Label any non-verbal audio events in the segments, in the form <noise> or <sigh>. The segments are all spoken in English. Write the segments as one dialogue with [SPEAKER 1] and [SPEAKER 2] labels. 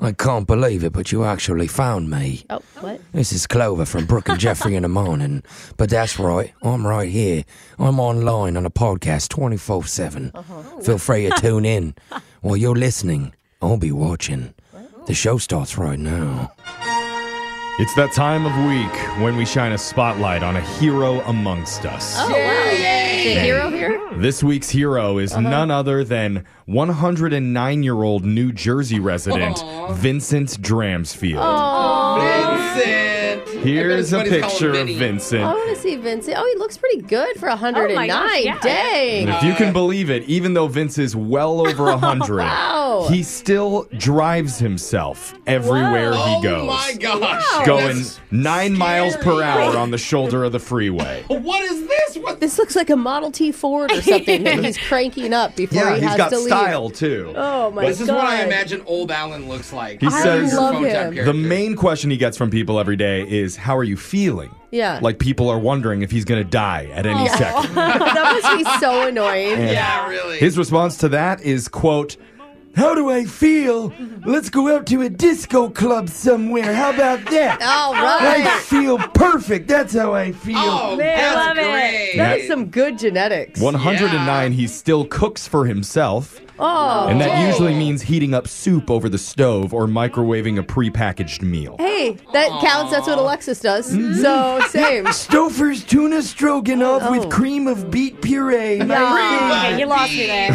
[SPEAKER 1] I can't believe it, but you actually found me.
[SPEAKER 2] Oh, what?
[SPEAKER 1] This is Clover from Brooke and Jeffrey in the morning. But that's right, I'm right here. I'm online on a podcast 24 7. Feel free to tune in. While you're listening, I'll be watching. The show starts right now.
[SPEAKER 3] It's that time of week when we shine a spotlight on a hero amongst us.
[SPEAKER 2] Oh, wow. Uh-huh. Is it hero here?
[SPEAKER 3] This week's hero is none other than 109 year old New Jersey resident Vincent Dramsfield.
[SPEAKER 4] Vincent.
[SPEAKER 3] Here's a
[SPEAKER 4] Everybody's
[SPEAKER 3] picture
[SPEAKER 4] calling
[SPEAKER 3] of
[SPEAKER 4] Vinny.
[SPEAKER 3] Vincent.
[SPEAKER 2] I want to see Vincent. Oh, he looks pretty good for 109. Dang.
[SPEAKER 3] And if you can believe it, even though Vince
[SPEAKER 2] <laughs>
[SPEAKER 3] is well over 100,
[SPEAKER 2] Wow.
[SPEAKER 3] he still drives himself everywhere
[SPEAKER 4] Oh
[SPEAKER 3] he goes.
[SPEAKER 4] my gosh.
[SPEAKER 2] Oh,
[SPEAKER 3] Going
[SPEAKER 4] That's-
[SPEAKER 3] nine miles per
[SPEAKER 4] scary.
[SPEAKER 3] hour on the shoulder of the freeway.
[SPEAKER 4] What is this? What?
[SPEAKER 2] This looks like a Model T Ford or something that he's cranking up before
[SPEAKER 3] Yeah,
[SPEAKER 2] he
[SPEAKER 3] he's
[SPEAKER 2] has
[SPEAKER 3] got
[SPEAKER 2] to leave.
[SPEAKER 3] style too.
[SPEAKER 2] Oh, my
[SPEAKER 4] This
[SPEAKER 2] God.
[SPEAKER 4] is what I imagine old Alan looks like.
[SPEAKER 3] He I says-
[SPEAKER 4] Your
[SPEAKER 3] love
[SPEAKER 4] phone type
[SPEAKER 2] him.
[SPEAKER 4] character.
[SPEAKER 3] The main question he gets from people every day is, "How are you feeling?"
[SPEAKER 2] Yeah. Oh.
[SPEAKER 3] Like people are wondering if he's going to die at any
[SPEAKER 2] <laughs>
[SPEAKER 3] second.
[SPEAKER 2] that must be so annoying.
[SPEAKER 4] Yeah, really.
[SPEAKER 3] His response to that is, "Quote." How do I feel? Let's go out to a disco club somewhere. How about that?
[SPEAKER 2] All right.
[SPEAKER 3] feel perfect. That's how I feel.
[SPEAKER 4] oh,
[SPEAKER 2] Man,
[SPEAKER 4] that's
[SPEAKER 2] love
[SPEAKER 4] great.
[SPEAKER 2] That is some good genetics.
[SPEAKER 3] 109, he still cooks for himself.
[SPEAKER 2] Oh.
[SPEAKER 3] And that
[SPEAKER 2] Yay.
[SPEAKER 3] usually means heating up soup over the stove or microwaving a prepackaged meal.
[SPEAKER 2] Hey, that counts. That's what Alexis does.
[SPEAKER 3] Mm-hmm.
[SPEAKER 2] So,
[SPEAKER 3] <laughs>
[SPEAKER 2] same.
[SPEAKER 1] Stouffer's tuna stroganoff
[SPEAKER 2] Oh.
[SPEAKER 1] with cream of beet puree.
[SPEAKER 4] Okay, you lost me there.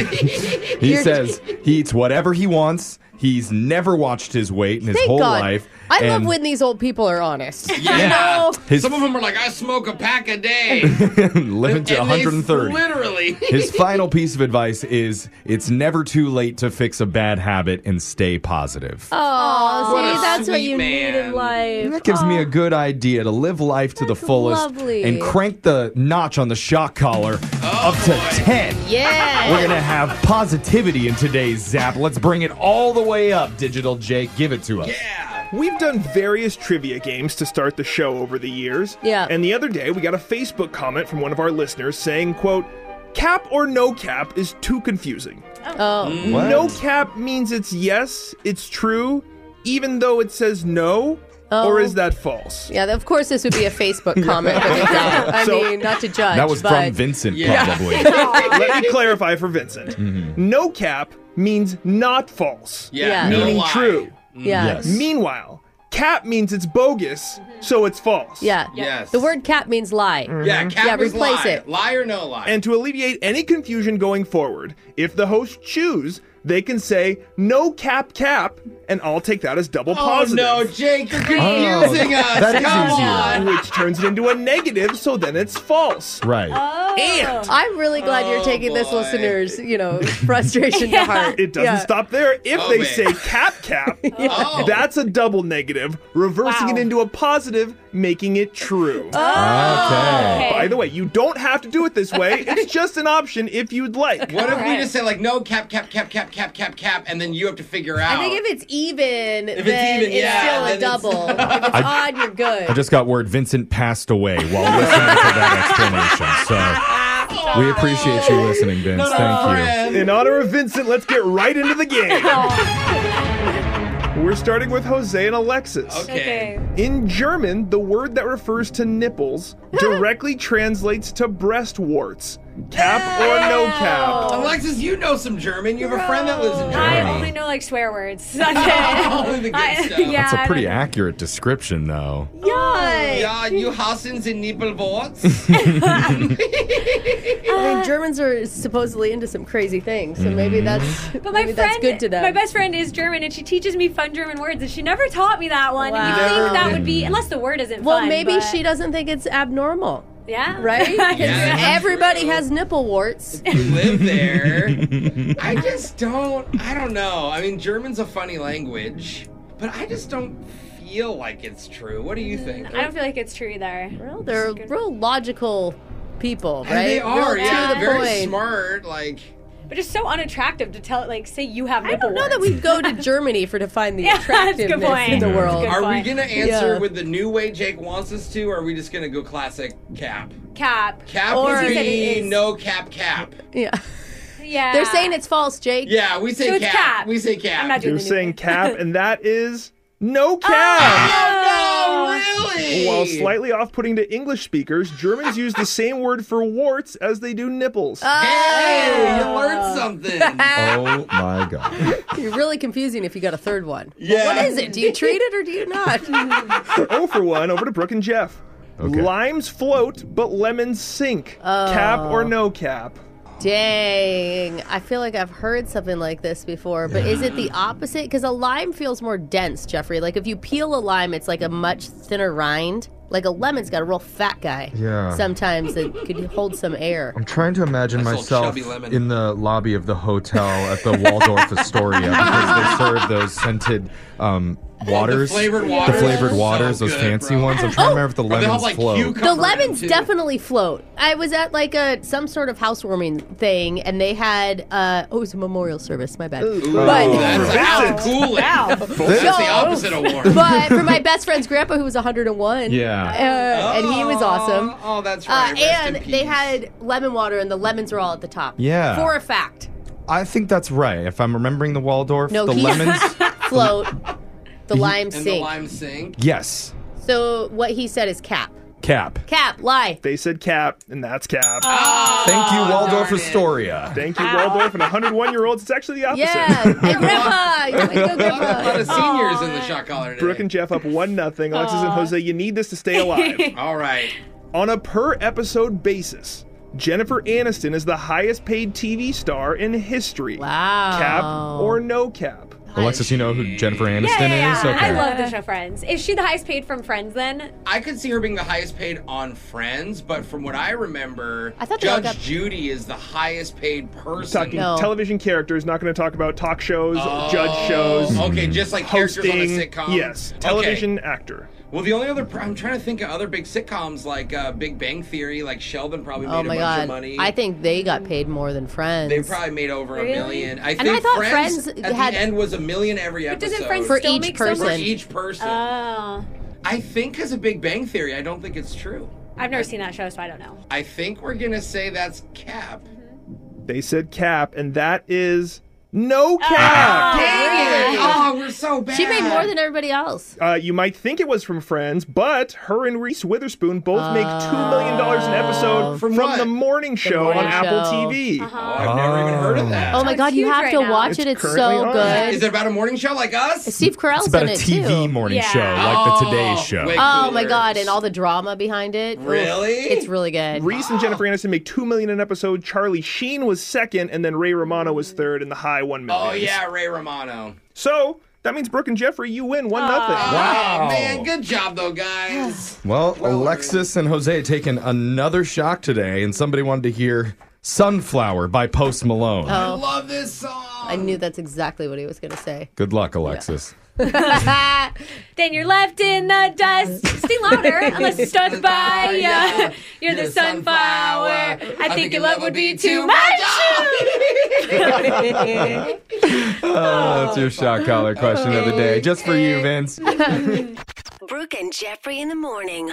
[SPEAKER 3] He says he eats whatever he wants. He's never watched his weight in his
[SPEAKER 2] Thank
[SPEAKER 3] whole
[SPEAKER 2] God.
[SPEAKER 3] life.
[SPEAKER 2] I love
[SPEAKER 3] and
[SPEAKER 2] when these old people are honest. <laughs>
[SPEAKER 4] Yeah.
[SPEAKER 3] His-
[SPEAKER 4] Some of them are like, I smoke a pack a day.
[SPEAKER 3] living <laughs> to
[SPEAKER 4] And they
[SPEAKER 3] 130.
[SPEAKER 4] Literally. <laughs>
[SPEAKER 2] <laughs>
[SPEAKER 3] His final piece of advice is it's never too late to fix a bad habit and stay positive.
[SPEAKER 2] Oh,
[SPEAKER 4] What a
[SPEAKER 2] see, that's what
[SPEAKER 4] sweet
[SPEAKER 2] you need
[SPEAKER 4] man.
[SPEAKER 2] in life.
[SPEAKER 3] And that gives me a good idea to live life to the
[SPEAKER 2] That's
[SPEAKER 3] fullest
[SPEAKER 2] lovely.
[SPEAKER 3] and crank the notch on the shock collar up to
[SPEAKER 2] Oh,
[SPEAKER 3] 10.
[SPEAKER 2] Yeah.
[SPEAKER 3] We're going to have positivity in today's zap. Let's bring it all the way up, Digital Jake. Give it to us.
[SPEAKER 4] yeah.
[SPEAKER 5] We've done various trivia games to start the show over the years.
[SPEAKER 2] Yeah.
[SPEAKER 5] And the other day we got a Facebook comment from one of our listeners saying, quote, Cap or no cap is too confusing.
[SPEAKER 2] <laughs> Oh,
[SPEAKER 3] Mm.
[SPEAKER 5] No cap means it's yes, it's true, even though it says no, or
[SPEAKER 2] Oh.
[SPEAKER 5] is that false?
[SPEAKER 2] yeah. Of course, this would be a
[SPEAKER 3] <laughs>
[SPEAKER 2] Facebook comment. but it's not. I
[SPEAKER 5] So-
[SPEAKER 2] mean, not to judge.
[SPEAKER 3] That was
[SPEAKER 2] but
[SPEAKER 3] from Vincent, probably.
[SPEAKER 2] <laughs>
[SPEAKER 5] Let me clarify for Vincent. No cap means not false,
[SPEAKER 4] Yeah.
[SPEAKER 2] Yeah.
[SPEAKER 4] No
[SPEAKER 5] meaning
[SPEAKER 4] lie.
[SPEAKER 5] true.
[SPEAKER 2] Yeah. Mm-hmm.
[SPEAKER 3] Yes.
[SPEAKER 5] Meanwhile, cap means it's bogus, so it's false.
[SPEAKER 2] Yeah.
[SPEAKER 5] Yes.
[SPEAKER 2] The word "cap" means lie.
[SPEAKER 3] Mm-hmm.
[SPEAKER 5] Yeah, cap
[SPEAKER 2] yeah.
[SPEAKER 5] is
[SPEAKER 2] Replace
[SPEAKER 5] lie.
[SPEAKER 2] it.
[SPEAKER 5] Lie or no lie. Mm-hmm. And to alleviate any confusion going forward, if the host choose, they can say no cap cap, and I'll take that as double
[SPEAKER 4] Oh,
[SPEAKER 5] positive.
[SPEAKER 4] no, Jake,
[SPEAKER 2] Oh,
[SPEAKER 4] you're confusing us.
[SPEAKER 5] That is
[SPEAKER 4] Come
[SPEAKER 5] easier.
[SPEAKER 4] on.
[SPEAKER 5] Which turns it into a negative, so then it's false.
[SPEAKER 6] Right.
[SPEAKER 2] Oh. I'm really glad
[SPEAKER 4] Oh,
[SPEAKER 2] you're taking this listeners, you
[SPEAKER 3] <laughs>
[SPEAKER 2] know, frustration to heart.
[SPEAKER 5] It
[SPEAKER 2] <laughs>
[SPEAKER 5] doesn't
[SPEAKER 2] Yeah.
[SPEAKER 5] stop there. If
[SPEAKER 2] Oh,
[SPEAKER 5] they
[SPEAKER 2] man.
[SPEAKER 5] say cap cap,
[SPEAKER 4] <laughs> Oh.
[SPEAKER 5] that's a double negative, reversing it into a positive, making it true.
[SPEAKER 4] Oh. Okay.
[SPEAKER 5] By the way, you don't have to do it this way.
[SPEAKER 4] <laughs>
[SPEAKER 5] It's just an option if you'd like.
[SPEAKER 4] What if we just say like no cap cap cap cap cap cap cap, and then you have to figure out?
[SPEAKER 2] I think if it's even,
[SPEAKER 4] If it's
[SPEAKER 2] then
[SPEAKER 4] even,
[SPEAKER 2] it's
[SPEAKER 4] yeah,
[SPEAKER 2] still
[SPEAKER 4] then
[SPEAKER 2] a
[SPEAKER 4] it's-
[SPEAKER 2] double.
[SPEAKER 4] <laughs>
[SPEAKER 2] if it's
[SPEAKER 6] I-
[SPEAKER 2] odd, you're good.
[SPEAKER 6] I just got word Vincent passed away while listening to that explanation. So we appreciate you listening, Vince. Thank you.
[SPEAKER 5] In honor of Vincent, let's get right into the
[SPEAKER 4] <laughs>
[SPEAKER 5] game.
[SPEAKER 4] Oh.
[SPEAKER 5] We're starting with Jose and Alexis.
[SPEAKER 4] Okay.
[SPEAKER 5] In German, the word that refers to
[SPEAKER 4] <laughs>
[SPEAKER 5] nipples directly translates to breast warts. Cap or no cap?
[SPEAKER 4] Alexis, you know some German. You have a friend that lives in
[SPEAKER 7] I
[SPEAKER 4] Germany.
[SPEAKER 7] only know like swear
[SPEAKER 4] <laughs>
[SPEAKER 7] words. <laughs>
[SPEAKER 4] Only the good
[SPEAKER 7] I- <laughs>
[SPEAKER 4] stuff.
[SPEAKER 7] yeah,
[SPEAKER 6] That's
[SPEAKER 7] I
[SPEAKER 6] a pretty
[SPEAKER 7] don't-
[SPEAKER 6] accurate description, though.
[SPEAKER 4] Oh, Yeah, you Hassens in Nippelboards.
[SPEAKER 2] <laughs> I mean, Germans are supposedly into some crazy things, so
[SPEAKER 4] Mm-hmm.
[SPEAKER 2] maybe that's
[SPEAKER 7] But my
[SPEAKER 2] maybe
[SPEAKER 7] friend,
[SPEAKER 2] that's good to them.
[SPEAKER 7] my best friend is German, and she teaches me fun German words, and she never taught me that one. And you
[SPEAKER 2] Wow.
[SPEAKER 7] think that would be, unless the word isn't
[SPEAKER 2] well,
[SPEAKER 7] fun,
[SPEAKER 2] maybe
[SPEAKER 7] but-
[SPEAKER 2] she doesn't think it's abnormal.
[SPEAKER 7] <laughs> Yeah.
[SPEAKER 2] Right?
[SPEAKER 4] Yeah, that's
[SPEAKER 2] Everybody has
[SPEAKER 7] <laughs>
[SPEAKER 2] nipple warts.
[SPEAKER 4] you live there. <laughs> I just don't. I don't know. I mean, German's a funny language, but I just don't feel like it's true. What do
[SPEAKER 2] Mm,
[SPEAKER 4] you think?
[SPEAKER 7] I don't feel like it's true either. Well,
[SPEAKER 2] They're real logical people, right?
[SPEAKER 4] And they are,
[SPEAKER 2] Real
[SPEAKER 4] yeah,
[SPEAKER 2] to the
[SPEAKER 4] very
[SPEAKER 2] point.
[SPEAKER 4] smart. Like,
[SPEAKER 7] But it's so unattractive to tell, like, say you have.
[SPEAKER 2] I don't know
[SPEAKER 4] <laughs>
[SPEAKER 2] that we'd go to Germany for to find
[SPEAKER 7] <laughs>
[SPEAKER 2] the attractiveness in the world.
[SPEAKER 4] Are we gonna answer
[SPEAKER 2] Yeah.
[SPEAKER 4] with the new way Jake wants us to, or are we just gonna go classic cap?
[SPEAKER 7] cap.
[SPEAKER 4] Cap
[SPEAKER 2] Or-
[SPEAKER 4] would
[SPEAKER 2] He said it
[SPEAKER 4] be
[SPEAKER 2] is.
[SPEAKER 4] no cap cap.
[SPEAKER 2] Yeah.
[SPEAKER 7] Yeah.
[SPEAKER 2] They're saying it's false, Jake.
[SPEAKER 4] Yeah, we say
[SPEAKER 2] So it's
[SPEAKER 4] cap.
[SPEAKER 2] cap.
[SPEAKER 4] We say cap.
[SPEAKER 2] I'm not
[SPEAKER 5] You're
[SPEAKER 2] <laughs>
[SPEAKER 5] saying cap, and that is no cap.
[SPEAKER 4] Oh, no, really?
[SPEAKER 5] While slightly off putting to English speakers, Germans use the same word for warts as they do
[SPEAKER 2] Oh.
[SPEAKER 5] nipples.
[SPEAKER 4] Hey, you learned
[SPEAKER 2] <laughs>
[SPEAKER 4] something.
[SPEAKER 6] Oh my god.
[SPEAKER 2] You're really confusing if you got a third one.
[SPEAKER 5] Yeah.
[SPEAKER 2] What is it? Do you treat it or do you not?
[SPEAKER 5] For 0 for 1, over to Brooke and Jeff. Limes float, but lemons sink. <laughs> Cap or no cap?
[SPEAKER 2] Oh. Dang. I feel like I've heard something like this before, but is it
[SPEAKER 5] <sighs>
[SPEAKER 2] the opposite? Because a lime feels more dense, Jeffrey. Like if you peel a lime, it's like a much thinner rind. Like a lemon's got a real fat guy.
[SPEAKER 3] Yeah.
[SPEAKER 2] Sometimes that could hold some air.
[SPEAKER 3] I'm trying to imagine
[SPEAKER 2] Nice little
[SPEAKER 3] myself
[SPEAKER 2] chubby lemon.
[SPEAKER 3] in the lobby of the hotel at the Waldorf Astoria because they serve those scented um, waters,
[SPEAKER 4] flavored
[SPEAKER 3] the
[SPEAKER 4] waters.
[SPEAKER 3] flavored
[SPEAKER 4] So
[SPEAKER 3] waters, those
[SPEAKER 4] good,
[SPEAKER 3] fancy
[SPEAKER 4] bro. Oh!
[SPEAKER 3] ones. I'm trying to remember if the
[SPEAKER 4] Or they'll
[SPEAKER 3] lemons
[SPEAKER 4] have, like,
[SPEAKER 3] float.
[SPEAKER 2] The lemons definitely float. I was at like a some sort of housewarming thing, and they had uh, oh, it was a memorial service. My bad. <laughs>
[SPEAKER 4] Ooh,
[SPEAKER 2] But
[SPEAKER 4] that's out cooling.
[SPEAKER 5] <laughs>
[SPEAKER 4] That's the
[SPEAKER 2] No.
[SPEAKER 4] opposite of warm.
[SPEAKER 2] but for
[SPEAKER 4] <laughs>
[SPEAKER 2] my best friend's grandpa who was 101
[SPEAKER 4] Yeah.
[SPEAKER 2] uh, and he was awesome
[SPEAKER 4] oh that's
[SPEAKER 2] uh,
[SPEAKER 4] right
[SPEAKER 2] and they had lemon water and the lemons were all at the top
[SPEAKER 3] Yeah.
[SPEAKER 2] for a fact
[SPEAKER 3] I think that's right. If I'm remembering the Waldorf,
[SPEAKER 2] no
[SPEAKER 3] the
[SPEAKER 2] he
[SPEAKER 3] lemons.
[SPEAKER 2] <laughs> float the
[SPEAKER 3] Ye-
[SPEAKER 2] lime
[SPEAKER 3] And the
[SPEAKER 2] sink
[SPEAKER 4] lime sink
[SPEAKER 3] yes,
[SPEAKER 2] so what he said is cap
[SPEAKER 3] cap.
[SPEAKER 2] cap lie
[SPEAKER 5] They said cap, and that's cap.
[SPEAKER 4] Oh,
[SPEAKER 3] Thank you, Waldorf Astoria.
[SPEAKER 5] Thank you, Waldorf, and 101 year olds. It's actually the opposite.
[SPEAKER 2] Yeah, hey, grandpa,
[SPEAKER 4] <laughs>
[SPEAKER 2] you
[SPEAKER 4] a lot, a lot of seniors in the shot collar today.
[SPEAKER 5] Brooke and Jeff up one nothing. Alexis and
[SPEAKER 4] Aw.
[SPEAKER 5] Jose, you need this to stay alive.
[SPEAKER 4] All right.
[SPEAKER 5] On a per episode basis, Jennifer Aniston is the highest paid TV star in history.
[SPEAKER 2] Wow.
[SPEAKER 5] Cap or no cap?
[SPEAKER 3] Alexis, you know who Jennifer Aniston
[SPEAKER 7] Yeah, yeah,
[SPEAKER 3] is?
[SPEAKER 7] yeah.
[SPEAKER 3] Okay.
[SPEAKER 7] I love the show Friends. Is she the highest paid from Friends then?
[SPEAKER 4] I could see her being the highest paid on Friends, but from what I remember,
[SPEAKER 7] I thought they all
[SPEAKER 4] Judge
[SPEAKER 7] got-
[SPEAKER 4] Judy is the highest paid person.
[SPEAKER 5] Talking television characters, not going to talk about talk shows,
[SPEAKER 4] Oh,
[SPEAKER 5] judge shows.
[SPEAKER 4] Okay, just like
[SPEAKER 5] hosting.
[SPEAKER 4] characters on a sitcom.
[SPEAKER 5] Yes,
[SPEAKER 4] Okay.
[SPEAKER 5] television actor.
[SPEAKER 4] Well, the only other I'm trying to think of other big sitcoms like uh, Big Bang Theory, like Sheldon probably made
[SPEAKER 2] oh
[SPEAKER 4] a
[SPEAKER 2] my
[SPEAKER 4] bunch
[SPEAKER 2] god
[SPEAKER 4] of money.
[SPEAKER 2] i think they got paid more than friends
[SPEAKER 4] they probably made over
[SPEAKER 2] Really?
[SPEAKER 4] a million. I
[SPEAKER 2] And
[SPEAKER 4] think
[SPEAKER 2] I thought
[SPEAKER 4] Friends,
[SPEAKER 2] Friends
[SPEAKER 4] at
[SPEAKER 2] had-
[SPEAKER 4] the end was a million every
[SPEAKER 7] But
[SPEAKER 4] episode.
[SPEAKER 7] doesn't Friends
[SPEAKER 2] For still each make so person.
[SPEAKER 4] For
[SPEAKER 2] much?
[SPEAKER 4] each person.
[SPEAKER 7] Oh,
[SPEAKER 4] I think because of Big Bang Theory, I don't think it's true.
[SPEAKER 7] I've never seen that show, so I don't know.
[SPEAKER 4] I think we're gonna say that's cap.
[SPEAKER 5] They said cap, and that is No cap.
[SPEAKER 4] Dang it! Oh, we're so bad.
[SPEAKER 2] She made more than everybody else.
[SPEAKER 5] Uh, you might think it was from Friends, but her and Reese Witherspoon both make two million dollars an
[SPEAKER 4] Oh.
[SPEAKER 5] episode from, the morning show
[SPEAKER 2] morning
[SPEAKER 5] on Apple
[SPEAKER 2] show.
[SPEAKER 5] TV.
[SPEAKER 4] Uh-huh. I've never even heard of that.
[SPEAKER 2] Oh my god, you have to watch it. It's so good.
[SPEAKER 4] Is it about a morning show like us?
[SPEAKER 2] Steve Carell's
[SPEAKER 3] It's about
[SPEAKER 2] in
[SPEAKER 3] a
[SPEAKER 2] it
[SPEAKER 3] TV
[SPEAKER 2] too.
[SPEAKER 3] morning show, like the Today Show.
[SPEAKER 2] oh my god, and all the drama behind it. Oof,
[SPEAKER 5] Really?
[SPEAKER 2] it's really good.
[SPEAKER 5] Reese and Jennifer Aniston make two million an episode. Charlie Sheen was second, and then Ray Romano was third in the high one million.
[SPEAKER 4] Oh yeah, Ray Romano.
[SPEAKER 5] So that means Brooke and Jeffrey, you win one nothing.
[SPEAKER 4] Oh, man, good job though, guys.
[SPEAKER 3] Well, Alexis and Jose taking another shock today, and somebody wanted to hear Sunflower by Post Malone.
[SPEAKER 2] I
[SPEAKER 4] love this song.
[SPEAKER 2] Oh. I knew that's exactly what he was going to say.
[SPEAKER 3] Good luck, Alexis.
[SPEAKER 7] <laughs> then you're left in the dust. Sing louder, <laughs> unless stuck by ya. You're the sunflower. I think your love would be too much.
[SPEAKER 3] <laughs> Oh, that's your shock collar question of the day. Just for you, Vince.
[SPEAKER 6] Brooke and Jeffrey in the morning.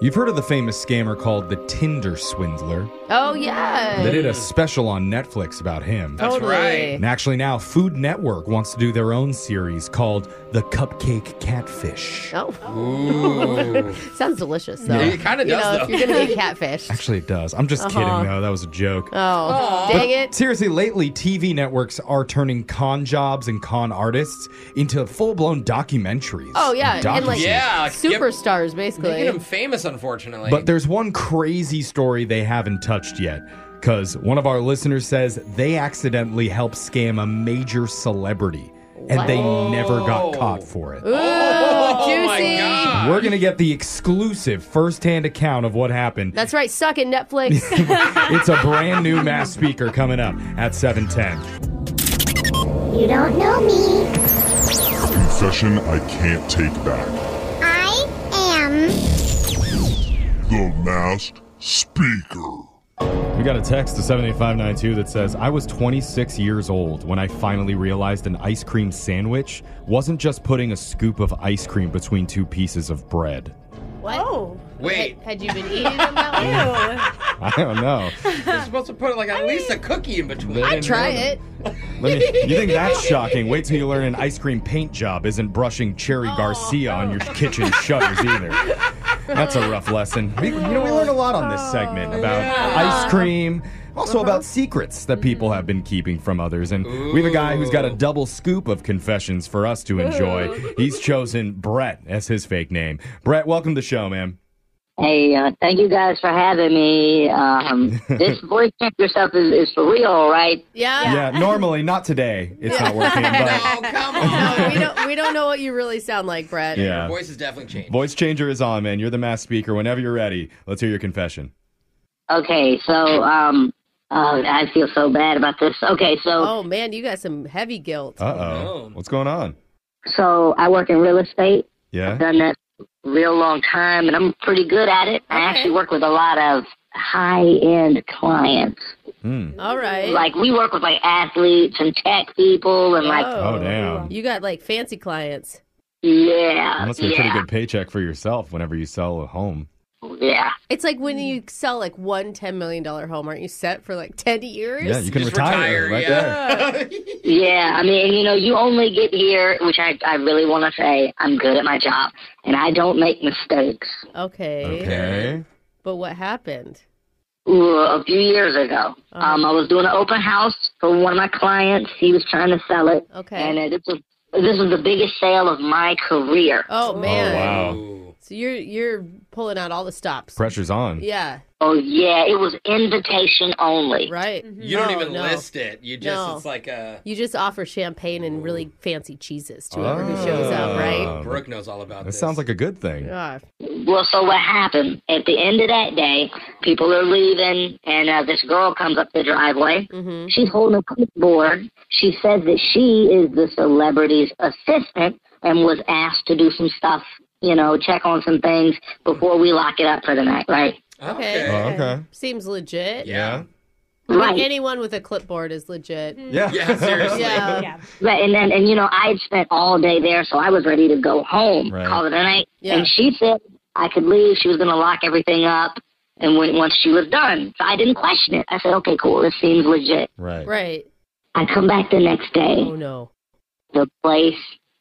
[SPEAKER 3] You've heard of the famous scammer called the Tinder Swindler.
[SPEAKER 2] Oh yeah.
[SPEAKER 3] They did a special on Netflix about him.
[SPEAKER 2] That's Totally. right.
[SPEAKER 3] And actually, now Food Network wants to do their own series called The Cupcake Catfish.
[SPEAKER 2] Oh. <laughs> Sounds delicious though.
[SPEAKER 3] Yeah, it kinda
[SPEAKER 2] You know,
[SPEAKER 3] does, though.
[SPEAKER 2] if you're going to be
[SPEAKER 4] <laughs>
[SPEAKER 2] catfish.
[SPEAKER 3] Actually, it does. I'm just
[SPEAKER 2] Uh-huh.
[SPEAKER 3] kidding, though. That was a joke.
[SPEAKER 2] Oh,
[SPEAKER 3] But
[SPEAKER 2] dang it.
[SPEAKER 3] Seriously, lately, TV networks are turning con jobs and con artists into full blown documentaries.
[SPEAKER 2] <sighs> Oh yeah,
[SPEAKER 3] and
[SPEAKER 2] and like
[SPEAKER 3] docu-series.
[SPEAKER 2] superstars basically.
[SPEAKER 4] Making him famous, unfortunately.
[SPEAKER 3] But there's one crazy story they haven't touched yet. Because one of our listeners says they accidentally helped scam a major celebrity and they never got caught for it.
[SPEAKER 2] Ooh, juicy.
[SPEAKER 3] We're going to get the exclusive firsthand account of what happened.
[SPEAKER 2] That's right. Suck it,
[SPEAKER 3] <laughs>
[SPEAKER 2] Netflix.
[SPEAKER 3] It's a brand new mass speaker coming up at 710.
[SPEAKER 8] You don't know me.
[SPEAKER 9] A confession I can't take back.
[SPEAKER 8] I am.
[SPEAKER 9] The masked speaker.
[SPEAKER 3] We got a text to 78592 that says, I was 26 years old when I finally realized an ice cream sandwich wasn't just putting a scoop of ice cream between two pieces of bread. <laughs>
[SPEAKER 2] What?
[SPEAKER 4] Wait.
[SPEAKER 2] Oh. Had, had you been eating them <laughs>
[SPEAKER 4] <laughs>
[SPEAKER 2] that
[SPEAKER 3] I don't know.
[SPEAKER 4] You're supposed to put like at least a cookie in between.
[SPEAKER 2] I'd try it.
[SPEAKER 3] Let me,
[SPEAKER 4] <laughs>
[SPEAKER 3] you
[SPEAKER 2] <laughs>
[SPEAKER 3] think that's shocking? Wait till you learn an ice cream paint job isn't brushing Cherry Garcia on your kitchen shutters either. That's a rough lesson. We, you know, we learn a lot on this segment about
[SPEAKER 10] Yeah.
[SPEAKER 3] ice cream, also about secrets that people have been keeping from others. And we have a guy who's got a double scoop of confessions for us to enjoy. He's chosen Brett as his fake name. Brett, welcome to the show, man.
[SPEAKER 11] Hey, uh, thank you guys for having me. Um, this voice changer stuff is, is for real, right?
[SPEAKER 2] Yeah.
[SPEAKER 3] normally, not today. It's not
[SPEAKER 4] <laughs>
[SPEAKER 2] <laughs>
[SPEAKER 3] working, but.
[SPEAKER 2] No, we don't. We don't know what you really sound like, Brett.
[SPEAKER 3] Yeah. Your
[SPEAKER 4] voice is definitely changed.
[SPEAKER 3] Voice changer is on, man. You're the mass speaker. Whenever you're ready, let's hear your confession.
[SPEAKER 11] Okay, so um, uh, I feel so bad about this. Okay, so
[SPEAKER 2] Oh man, you got some heavy guilt.
[SPEAKER 3] Uh oh. What's going on?
[SPEAKER 11] so I work in real estate.
[SPEAKER 3] Yeah.
[SPEAKER 11] I've done that real long time, and I'm pretty good at it. I actually work with a lot of high end clients.
[SPEAKER 2] All right.
[SPEAKER 11] Like we work with like athletes and tech people, and like
[SPEAKER 2] Oh.
[SPEAKER 3] damn.
[SPEAKER 2] You got like fancy clients.
[SPEAKER 11] yeah,
[SPEAKER 3] That must be a pretty good paycheck for yourself whenever you sell a home.
[SPEAKER 11] yeah.
[SPEAKER 2] It's like when you sell like one ten million dollar home, aren't you set for like ten years?
[SPEAKER 3] Yeah, you can retire, right there. <laughs>
[SPEAKER 11] Yeah, I mean, you know, you only get here, which I, I really want to say, I'm good at my job, and I don't make mistakes.
[SPEAKER 2] Okay.
[SPEAKER 3] Okay.
[SPEAKER 2] But what happened?
[SPEAKER 11] Ooh, a few years ago,
[SPEAKER 2] Uh-huh.
[SPEAKER 11] um, I was doing an open house for one of my clients. He was trying to sell it.
[SPEAKER 2] Okay.
[SPEAKER 11] And uh, this was this was the biggest sale of my career.
[SPEAKER 2] Oh man.
[SPEAKER 3] wow.
[SPEAKER 2] So you're you're pulling out all the stops.
[SPEAKER 3] Pressure's on.
[SPEAKER 2] Yeah.
[SPEAKER 11] Oh yeah, it was invitation only.
[SPEAKER 2] Right.
[SPEAKER 3] Mm-hmm.
[SPEAKER 4] You don't
[SPEAKER 2] No,
[SPEAKER 4] even
[SPEAKER 2] no.
[SPEAKER 4] list it. You just
[SPEAKER 2] No.
[SPEAKER 4] it's like a
[SPEAKER 2] You just offer champagne and really fancy cheeses to whoever who shows
[SPEAKER 3] Ah.
[SPEAKER 2] up, right?
[SPEAKER 4] Brooke knows all about
[SPEAKER 3] That sounds like a good thing.
[SPEAKER 11] Well, so what happened? At the end of that day, people are leaving, and uh, this girl comes up the driveway. She's holding a clipboard. She says that she is the celebrity's assistant and was asked to do some stuff, you know, check on some things before we lock it up for the night, right?
[SPEAKER 2] Okay.
[SPEAKER 3] Oh, okay.
[SPEAKER 2] Seems legit.
[SPEAKER 3] Yeah.
[SPEAKER 2] I mean,
[SPEAKER 11] Right.
[SPEAKER 2] anyone with a clipboard is legit.
[SPEAKER 3] Mm-hmm. Yeah. Yeah, seriously.
[SPEAKER 2] Yeah.
[SPEAKER 3] <laughs>
[SPEAKER 11] But and then and you know I had spent all day there, so I was ready to go home,
[SPEAKER 2] Right.
[SPEAKER 11] call it a night.
[SPEAKER 2] Yeah.
[SPEAKER 11] And she said I could leave. She was going to lock everything up, and when once she was done, so I didn't question it. I said, okay, cool. This seems legit.
[SPEAKER 3] Right.
[SPEAKER 2] Right.
[SPEAKER 11] I come back the next day.
[SPEAKER 2] Oh no.
[SPEAKER 11] The place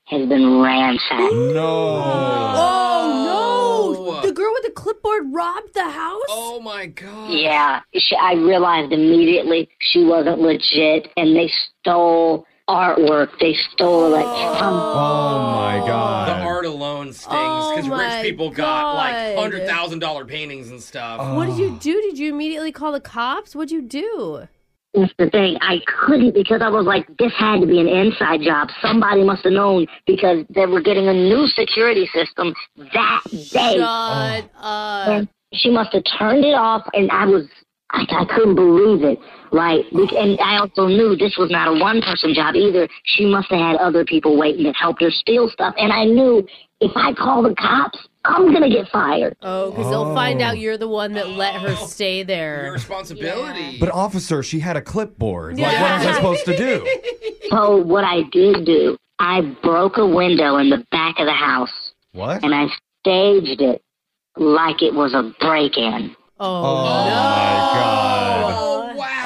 [SPEAKER 11] has been ransacked.
[SPEAKER 6] No.
[SPEAKER 2] Oh no! The girl with the clipboard robbed the house.
[SPEAKER 4] Oh my god.
[SPEAKER 11] Yeah, she, I realized immediately she wasn't legit, and they stole artwork. They stole like from
[SPEAKER 6] Oh my god.
[SPEAKER 4] The art alone stings because
[SPEAKER 2] Oh my
[SPEAKER 4] rich people got like
[SPEAKER 2] God.
[SPEAKER 4] hundred thousand dollar paintings and stuff.
[SPEAKER 3] Ah.
[SPEAKER 2] What did you do? Did you immediately call the cops? What'd you do?
[SPEAKER 11] That's the thing. I couldn't because I was like, this had to be an inside job. Somebody must have known because they were getting a new security system that day.
[SPEAKER 2] Shut up.
[SPEAKER 11] And she must have turned it off, and I was, I, I couldn't believe it. Like, bec- and I also knew this was not a one person job either. She must have had other people waiting that helped her steal stuff. And I knew if I call the cops, I'm going to get fired.
[SPEAKER 2] Oh, because they'll find out you're the one that let her stay there. Your
[SPEAKER 4] Oh. responsibility.
[SPEAKER 3] But officer, she had a clipboard. Like, what was I supposed to do?
[SPEAKER 4] <laughs>
[SPEAKER 11] So what I did do, I broke a window in the back of the house.
[SPEAKER 3] What?
[SPEAKER 11] And I staged it like it was a break in.
[SPEAKER 2] Oh,
[SPEAKER 4] Oh wow.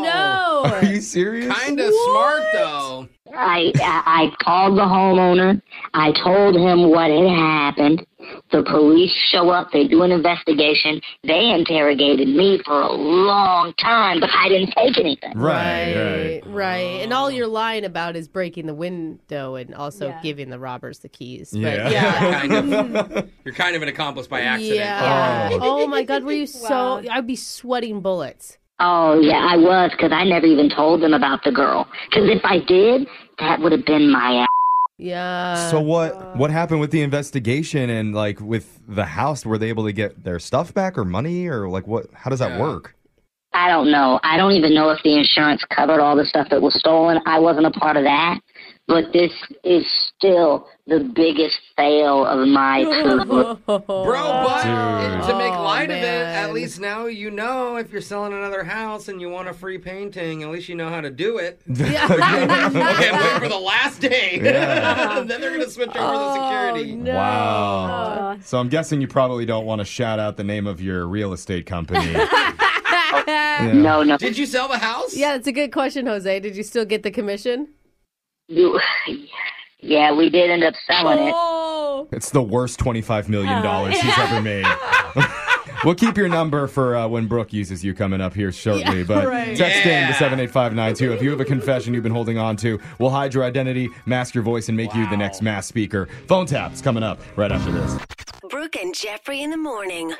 [SPEAKER 2] Oh
[SPEAKER 3] no. Are you serious?
[SPEAKER 4] Kinda smart though.
[SPEAKER 11] I, I I called the homeowner. I told him what had happened. The police show up. They do an investigation. They interrogated me for a long time, but I didn't take anything.
[SPEAKER 2] Right, right. And all you're lying about is breaking the window and also giving the robbers the keys. But yeah. <laughs>
[SPEAKER 4] kind of. You're kind of an accomplice by accident.
[SPEAKER 2] Yeah. Oh. my God, were you so? I'd be sweating bullets.
[SPEAKER 11] Oh yeah, I was because I never even told them about the girl. Because if I did, that would have been my ass. Uh,
[SPEAKER 2] Yeah.
[SPEAKER 3] So what what happened with the investigation and like with the house? Were they able to get their stuff back or money or like what how does that work?
[SPEAKER 11] I don't know. I don't even know if the insurance covered all the stuff that was stolen. I wasn't a part of that. But this is still the biggest fail of my career.
[SPEAKER 4] Bro, but
[SPEAKER 11] Dude.
[SPEAKER 4] to make
[SPEAKER 11] Oh,
[SPEAKER 4] light of it, at
[SPEAKER 11] man.
[SPEAKER 4] least now you know if you're selling another house and you want a free painting, at least you know how to
[SPEAKER 2] <laughs>
[SPEAKER 4] do it. <laughs> okay, I'm waiting for the last day.
[SPEAKER 3] Yeah.
[SPEAKER 4] <laughs> then they're gonna switch over
[SPEAKER 2] Oh,
[SPEAKER 4] to security.
[SPEAKER 2] Uh,
[SPEAKER 3] Wow. So I'm guessing you probably don't want to shout out the name of your real estate
[SPEAKER 11] <laughs>
[SPEAKER 3] company.
[SPEAKER 11] No, no.
[SPEAKER 4] Did you sell the house?
[SPEAKER 2] Yeah, it's a good question, Jose. Did you still get the commission?
[SPEAKER 11] You- yeah, we did end up selling it.
[SPEAKER 3] It's the worst $25 million dollars he's ever
[SPEAKER 6] <laughs>
[SPEAKER 3] made. we'll keep your number for uh, when Brooke uses you coming up here shortly.
[SPEAKER 6] Yeah,
[SPEAKER 3] but
[SPEAKER 6] right.
[SPEAKER 3] text in
[SPEAKER 6] Yeah.
[SPEAKER 3] to 78592 if you have a confession you've been holding on to. We'll hide your identity, mask your voice, and make you the next mass speaker. Phone tap's coming up right after this.
[SPEAKER 12] Brooke and Jeffrey in the morning.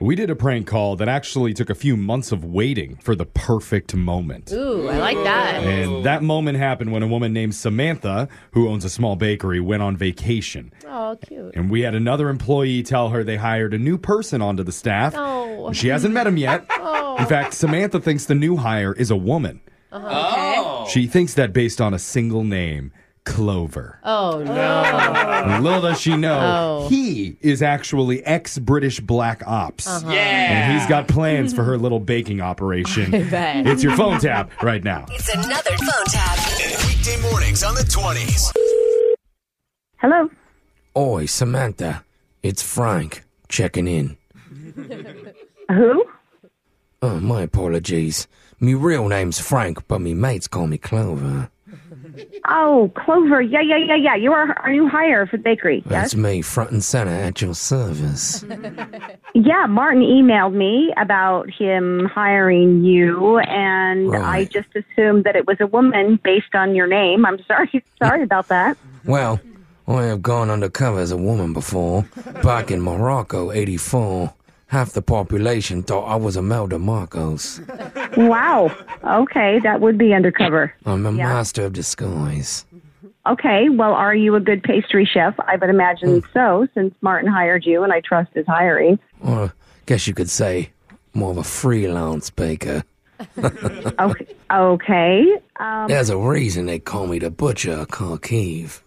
[SPEAKER 6] We did a prank call that actually took a few months of waiting for the perfect moment.
[SPEAKER 2] Ooh, I like that.
[SPEAKER 6] And that moment happened when a woman named Samantha, who owns a small bakery, went on vacation.
[SPEAKER 2] Oh, cute.
[SPEAKER 6] And we had another employee tell her they hired a new person onto the staff.
[SPEAKER 2] Oh.
[SPEAKER 6] And She hasn't met him yet.
[SPEAKER 2] <laughs> Oh.
[SPEAKER 6] In fact, Samantha thinks the new hire is a woman.
[SPEAKER 2] Uh-huh.
[SPEAKER 6] She thinks that based on a single name, Clover.
[SPEAKER 2] Oh no.
[SPEAKER 6] And Little does she know,
[SPEAKER 2] Oh.
[SPEAKER 6] he is actually ex British Black Ops.
[SPEAKER 2] Uh-huh.
[SPEAKER 12] Yeah.
[SPEAKER 6] And he's got plans for her little
[SPEAKER 2] <laughs>
[SPEAKER 6] baking operation.
[SPEAKER 12] I bet.
[SPEAKER 6] It's your phone tap right now.
[SPEAKER 12] It's another phone tap.
[SPEAKER 8] Weekday mornings on the 20s.
[SPEAKER 1] Hello. Oi, Samantha. It's Frank checking in. <laughs> Who? Oh, my apologies. Me real name's Frank, but me mates call me Clover.
[SPEAKER 13] Oh, Clover. Yeah, yeah, yeah, yeah. You are our new hire for the bakery.
[SPEAKER 1] That's me, front and center at
[SPEAKER 13] <laughs>
[SPEAKER 1] your service.
[SPEAKER 13] Yeah, Martin emailed me about him hiring you, and I
[SPEAKER 1] Right.
[SPEAKER 13] just assumed that it was a woman based on your name. I'm sorry. <laughs> Sorry about that.
[SPEAKER 1] Well, I have gone undercover as a woman before. Back in Morocco, 84, half the population thought I was Imelda Marcos.
[SPEAKER 13] Wow. Okay, that would be undercover.
[SPEAKER 1] I'm a
[SPEAKER 13] Yeah.
[SPEAKER 1] master of disguise.
[SPEAKER 13] Okay, well, are you a good pastry chef? I would imagine
[SPEAKER 1] Hmm.
[SPEAKER 13] so, since Martin hired you, and I trust his hiring.
[SPEAKER 1] Or I guess you could say more of a freelance
[SPEAKER 13] <laughs>
[SPEAKER 1] baker. <laughs>
[SPEAKER 13] Okay. okay. Oh, Um,
[SPEAKER 1] There's a reason they call me the butcher of Kharkiv.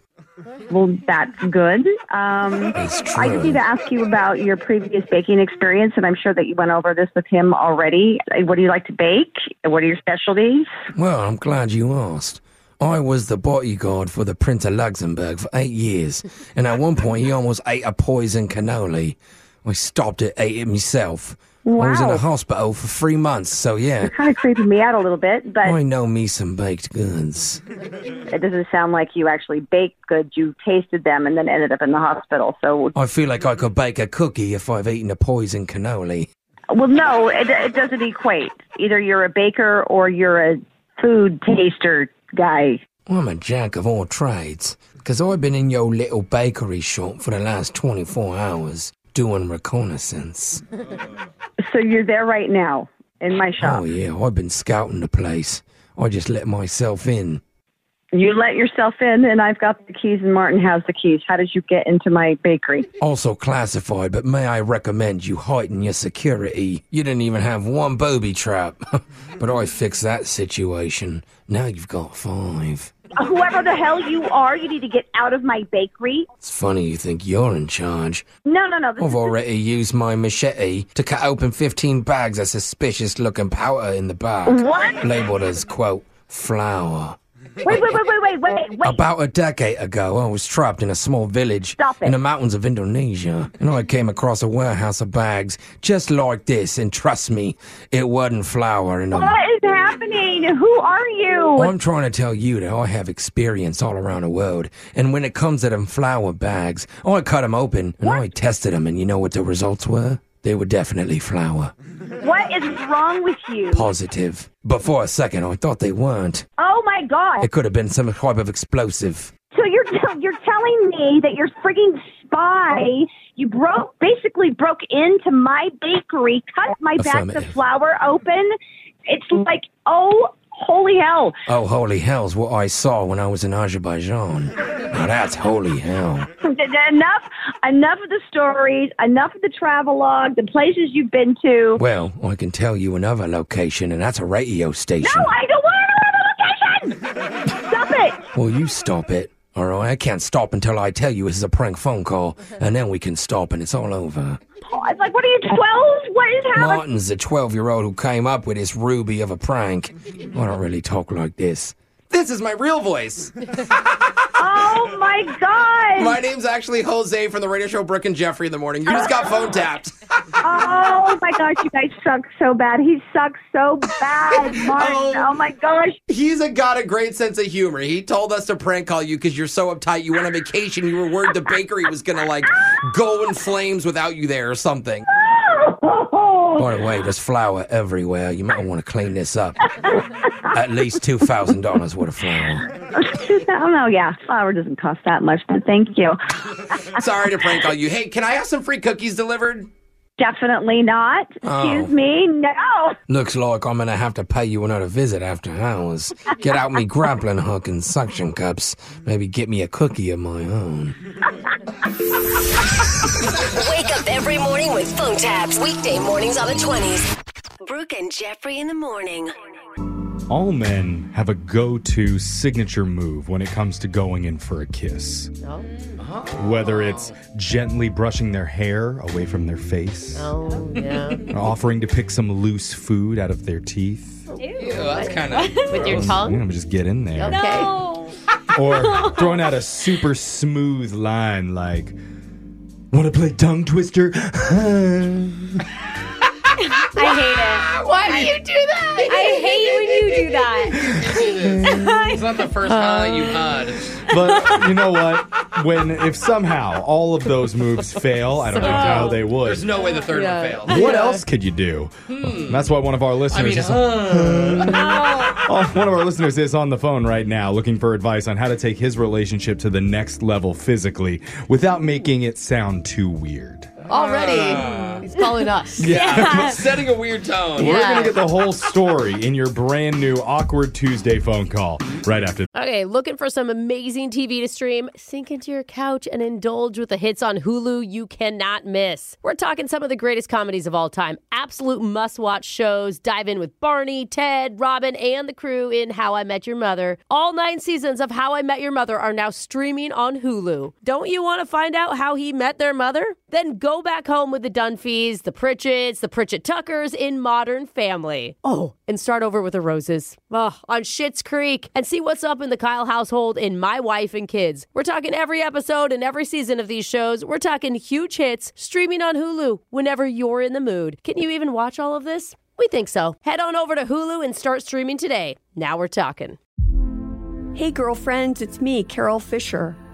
[SPEAKER 13] Well, that's good. Um, I just need to ask you about your previous baking experience, and I'm sure that you went over this with him already. What do you like to bake? What are your specialties?
[SPEAKER 1] Well, I'm glad you asked. I was the bodyguard for the Prince of Luxembourg for eight years, and at one point he almost ate a poison cannoli. I stopped it, ate it myself, I was in
[SPEAKER 13] Wow.
[SPEAKER 1] a hospital for three months, so yeah.
[SPEAKER 13] Kind of creeping me out a little bit, but
[SPEAKER 1] I know me some baked goods.
[SPEAKER 13] it doesn't sound like you actually baked goods. You tasted them and then ended up in the hospital. So,
[SPEAKER 1] I feel like I could bake a cookie if I've eaten a poison cannoli.
[SPEAKER 13] well, no, it, it doesn't equate. Either you're a baker or you're a food taster guy.
[SPEAKER 1] I'm a jack of all trades, 'cause I've been in your little bakery shop for the last 24 hours doing reconnaissance.
[SPEAKER 2] Oh. <laughs>
[SPEAKER 13] So you're there right now in my shop.
[SPEAKER 1] Oh, yeah, I've been scouting the place. I just let myself in.
[SPEAKER 13] You let yourself in, and I've got the keys, and Martin has the keys. How did you get into my bakery?
[SPEAKER 1] Also classified, but may I recommend you heighten your security? You didn't even have one booby trap. <laughs> but I fixed that situation. Now you've got five.
[SPEAKER 13] Whoever the hell you are, you need to get out of my bakery.
[SPEAKER 1] It's funny you think you're in charge.
[SPEAKER 13] No, no, no. This
[SPEAKER 1] I've already used my machete to cut open 15 bags of suspicious looking powder in the bag.
[SPEAKER 13] What?
[SPEAKER 1] Labeled as, quote, flour.
[SPEAKER 13] Wait, wait, wait, wait, wait, wait, wait.
[SPEAKER 1] About a decade ago, I was trapped in a small village
[SPEAKER 13] Stop it.
[SPEAKER 1] in the mountains of Indonesia, and I came across a warehouse of bags just like this, and trust me, it wasn't flour in them.
[SPEAKER 13] What is happening? Who are you?
[SPEAKER 1] I'm trying to tell you that I have experience all around the world, and when it comes to them flour bags, I cut them open and I tested them, and you know what the results were? They were definitely flour.
[SPEAKER 13] What is wrong with you?
[SPEAKER 1] Positive. But for a second, I thought they weren't.
[SPEAKER 13] Oh my god!
[SPEAKER 1] It could have been some type of explosive.
[SPEAKER 13] So you're t- you're telling me that you're frigging spy? You broke basically broke into my bakery, cut my bags of
[SPEAKER 1] Affirmative.
[SPEAKER 13] flour open. It's like oh holy hell!
[SPEAKER 1] Oh, holy hell's what I saw when I was in Azerbaijan. Now that's holy hell.
[SPEAKER 13] enough enough of the stories, enough of the travelogue, the places you've been to.
[SPEAKER 1] Well, I can tell you another location, and that's a radio station.
[SPEAKER 13] No, I don't want another location. Stop it!
[SPEAKER 1] Well, you stop it. All right, I can't stop until I tell you this is a prank phone call, and then we can stop and it's all over.
[SPEAKER 13] Oh, It's like what are you twelve? What is happening?
[SPEAKER 1] Martin's the 12 year old who came up with this ruby of a prank. I don't really talk like this. This is my real
[SPEAKER 2] <laughs>
[SPEAKER 1] voice.
[SPEAKER 13] oh
[SPEAKER 4] <laughs>
[SPEAKER 13] my god!
[SPEAKER 14] My name's actually Jose from the radio show Brooke and Jeffrey in the morning. You just
[SPEAKER 13] <laughs>
[SPEAKER 14] got phone tapped.
[SPEAKER 13] oh my gosh, you guys suck so bad. He sucks so
[SPEAKER 14] <laughs>
[SPEAKER 13] bad, Martin. Oh, my gosh.
[SPEAKER 14] He's a, got a great sense of humor. He told us to prank call you because you're so uptight. You went on vacation. You were worried the bakery was going to like go in flames without you there or something.
[SPEAKER 13] Oh,
[SPEAKER 1] By the way, there's flour everywhere. You might want to clean this up. At least $2,000 worth of flour.
[SPEAKER 13] I don't know. Yeah, flour doesn't cost that much, but thank you.
[SPEAKER 14] Sorry to prank call you. Hey, can I have some free cookies delivered?
[SPEAKER 13] Definitely not. Excuse
[SPEAKER 1] Oh.
[SPEAKER 13] me. No.
[SPEAKER 1] Looks like I'm going to have to pay you another visit after hours. Get out me grappling hook and suction cups. Maybe get me a cookie of my own.
[SPEAKER 12] Wake up every morning with phone taps. Weekday mornings on the 20s. Brooke and Jeffrey in the morning.
[SPEAKER 3] All men have a go to signature move when it comes to going in for a kiss.
[SPEAKER 2] No.
[SPEAKER 3] Whether it's gently brushing their hair away from their face,
[SPEAKER 2] Oh yeah.
[SPEAKER 3] or offering to pick some loose food out of their teeth.
[SPEAKER 2] Ew,
[SPEAKER 4] that's kinda
[SPEAKER 2] <laughs> with your
[SPEAKER 3] Gross.
[SPEAKER 2] tongue.
[SPEAKER 3] Yeah, just get in there.
[SPEAKER 2] No.
[SPEAKER 3] Or throwing out a super smooth line like, Want to play tongue
[SPEAKER 4] <laughs>
[SPEAKER 3] twister?
[SPEAKER 2] <laughs>
[SPEAKER 7] I hate it. <laughs> Why do you do that? I hate when you do
[SPEAKER 3] <laughs>
[SPEAKER 7] that.
[SPEAKER 4] It's not the first uh, you had.
[SPEAKER 3] but you know what? When if somehow all of those moves fail, I don't know how they would.
[SPEAKER 4] There's no way the third
[SPEAKER 3] Yeah.
[SPEAKER 4] one failed.
[SPEAKER 3] What else could you do? That's why one of our listeners
[SPEAKER 4] mean,
[SPEAKER 3] is
[SPEAKER 14] uh.
[SPEAKER 3] Oh, one of our listeners is on the phone right now looking for advice on how to take his relationship to the next level physically without making it sound too weird.
[SPEAKER 4] Already.
[SPEAKER 14] Uh.
[SPEAKER 15] He's calling us.
[SPEAKER 14] <laughs>
[SPEAKER 3] Yeah.
[SPEAKER 4] Setting a weird tone.
[SPEAKER 3] We're going to get the whole story in your brand new Awkward Tuesday phone call right after
[SPEAKER 15] Okay, looking for some amazing TV to stream? Sink into your couch and indulge with the hits on Hulu you cannot miss. We're talking some of the greatest comedies of all time, absolute must watch shows. Dive in with Barney, Ted, Robin, and the crew in How I Met Your Mother. All nine seasons of How I Met Your Mother are now streaming on Hulu. Don't you want to find out how he met their mother?
[SPEAKER 2] Then go back home with the Dunphys, the Pritchett's, the Pritchett Tuckers in Modern Family. Oh, and start over with the Roses. Oh, on Schitt's Creek and see what's up in the Kyle household in My Wife and Kids. We're talking every episode and every season of these shows. We're talking huge hits streaming on Hulu whenever you're in the mood. Can you even watch all of this? We think so. Head on over to Hulu and start streaming today. Now we're talking.
[SPEAKER 16] Hey, girlfriends, it's me, Carol Fisher.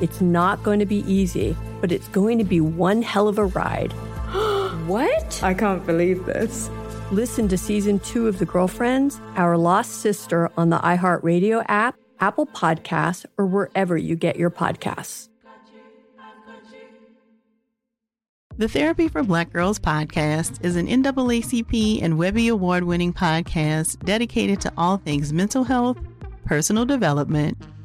[SPEAKER 16] It's not going to be easy, but it's going to be one hell of
[SPEAKER 17] <gasps>
[SPEAKER 16] a ride.
[SPEAKER 17] what? I can't believe this.
[SPEAKER 16] Listen to season two of The Girlfriends, Our Lost Sister on the iHeartRadio app, Apple Podcasts, or wherever you get your podcasts.
[SPEAKER 18] The Therapy for Black Girls podcast is an NAACP and Webby Award winning podcast dedicated to all things mental health, personal development,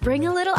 [SPEAKER 19] Bring a little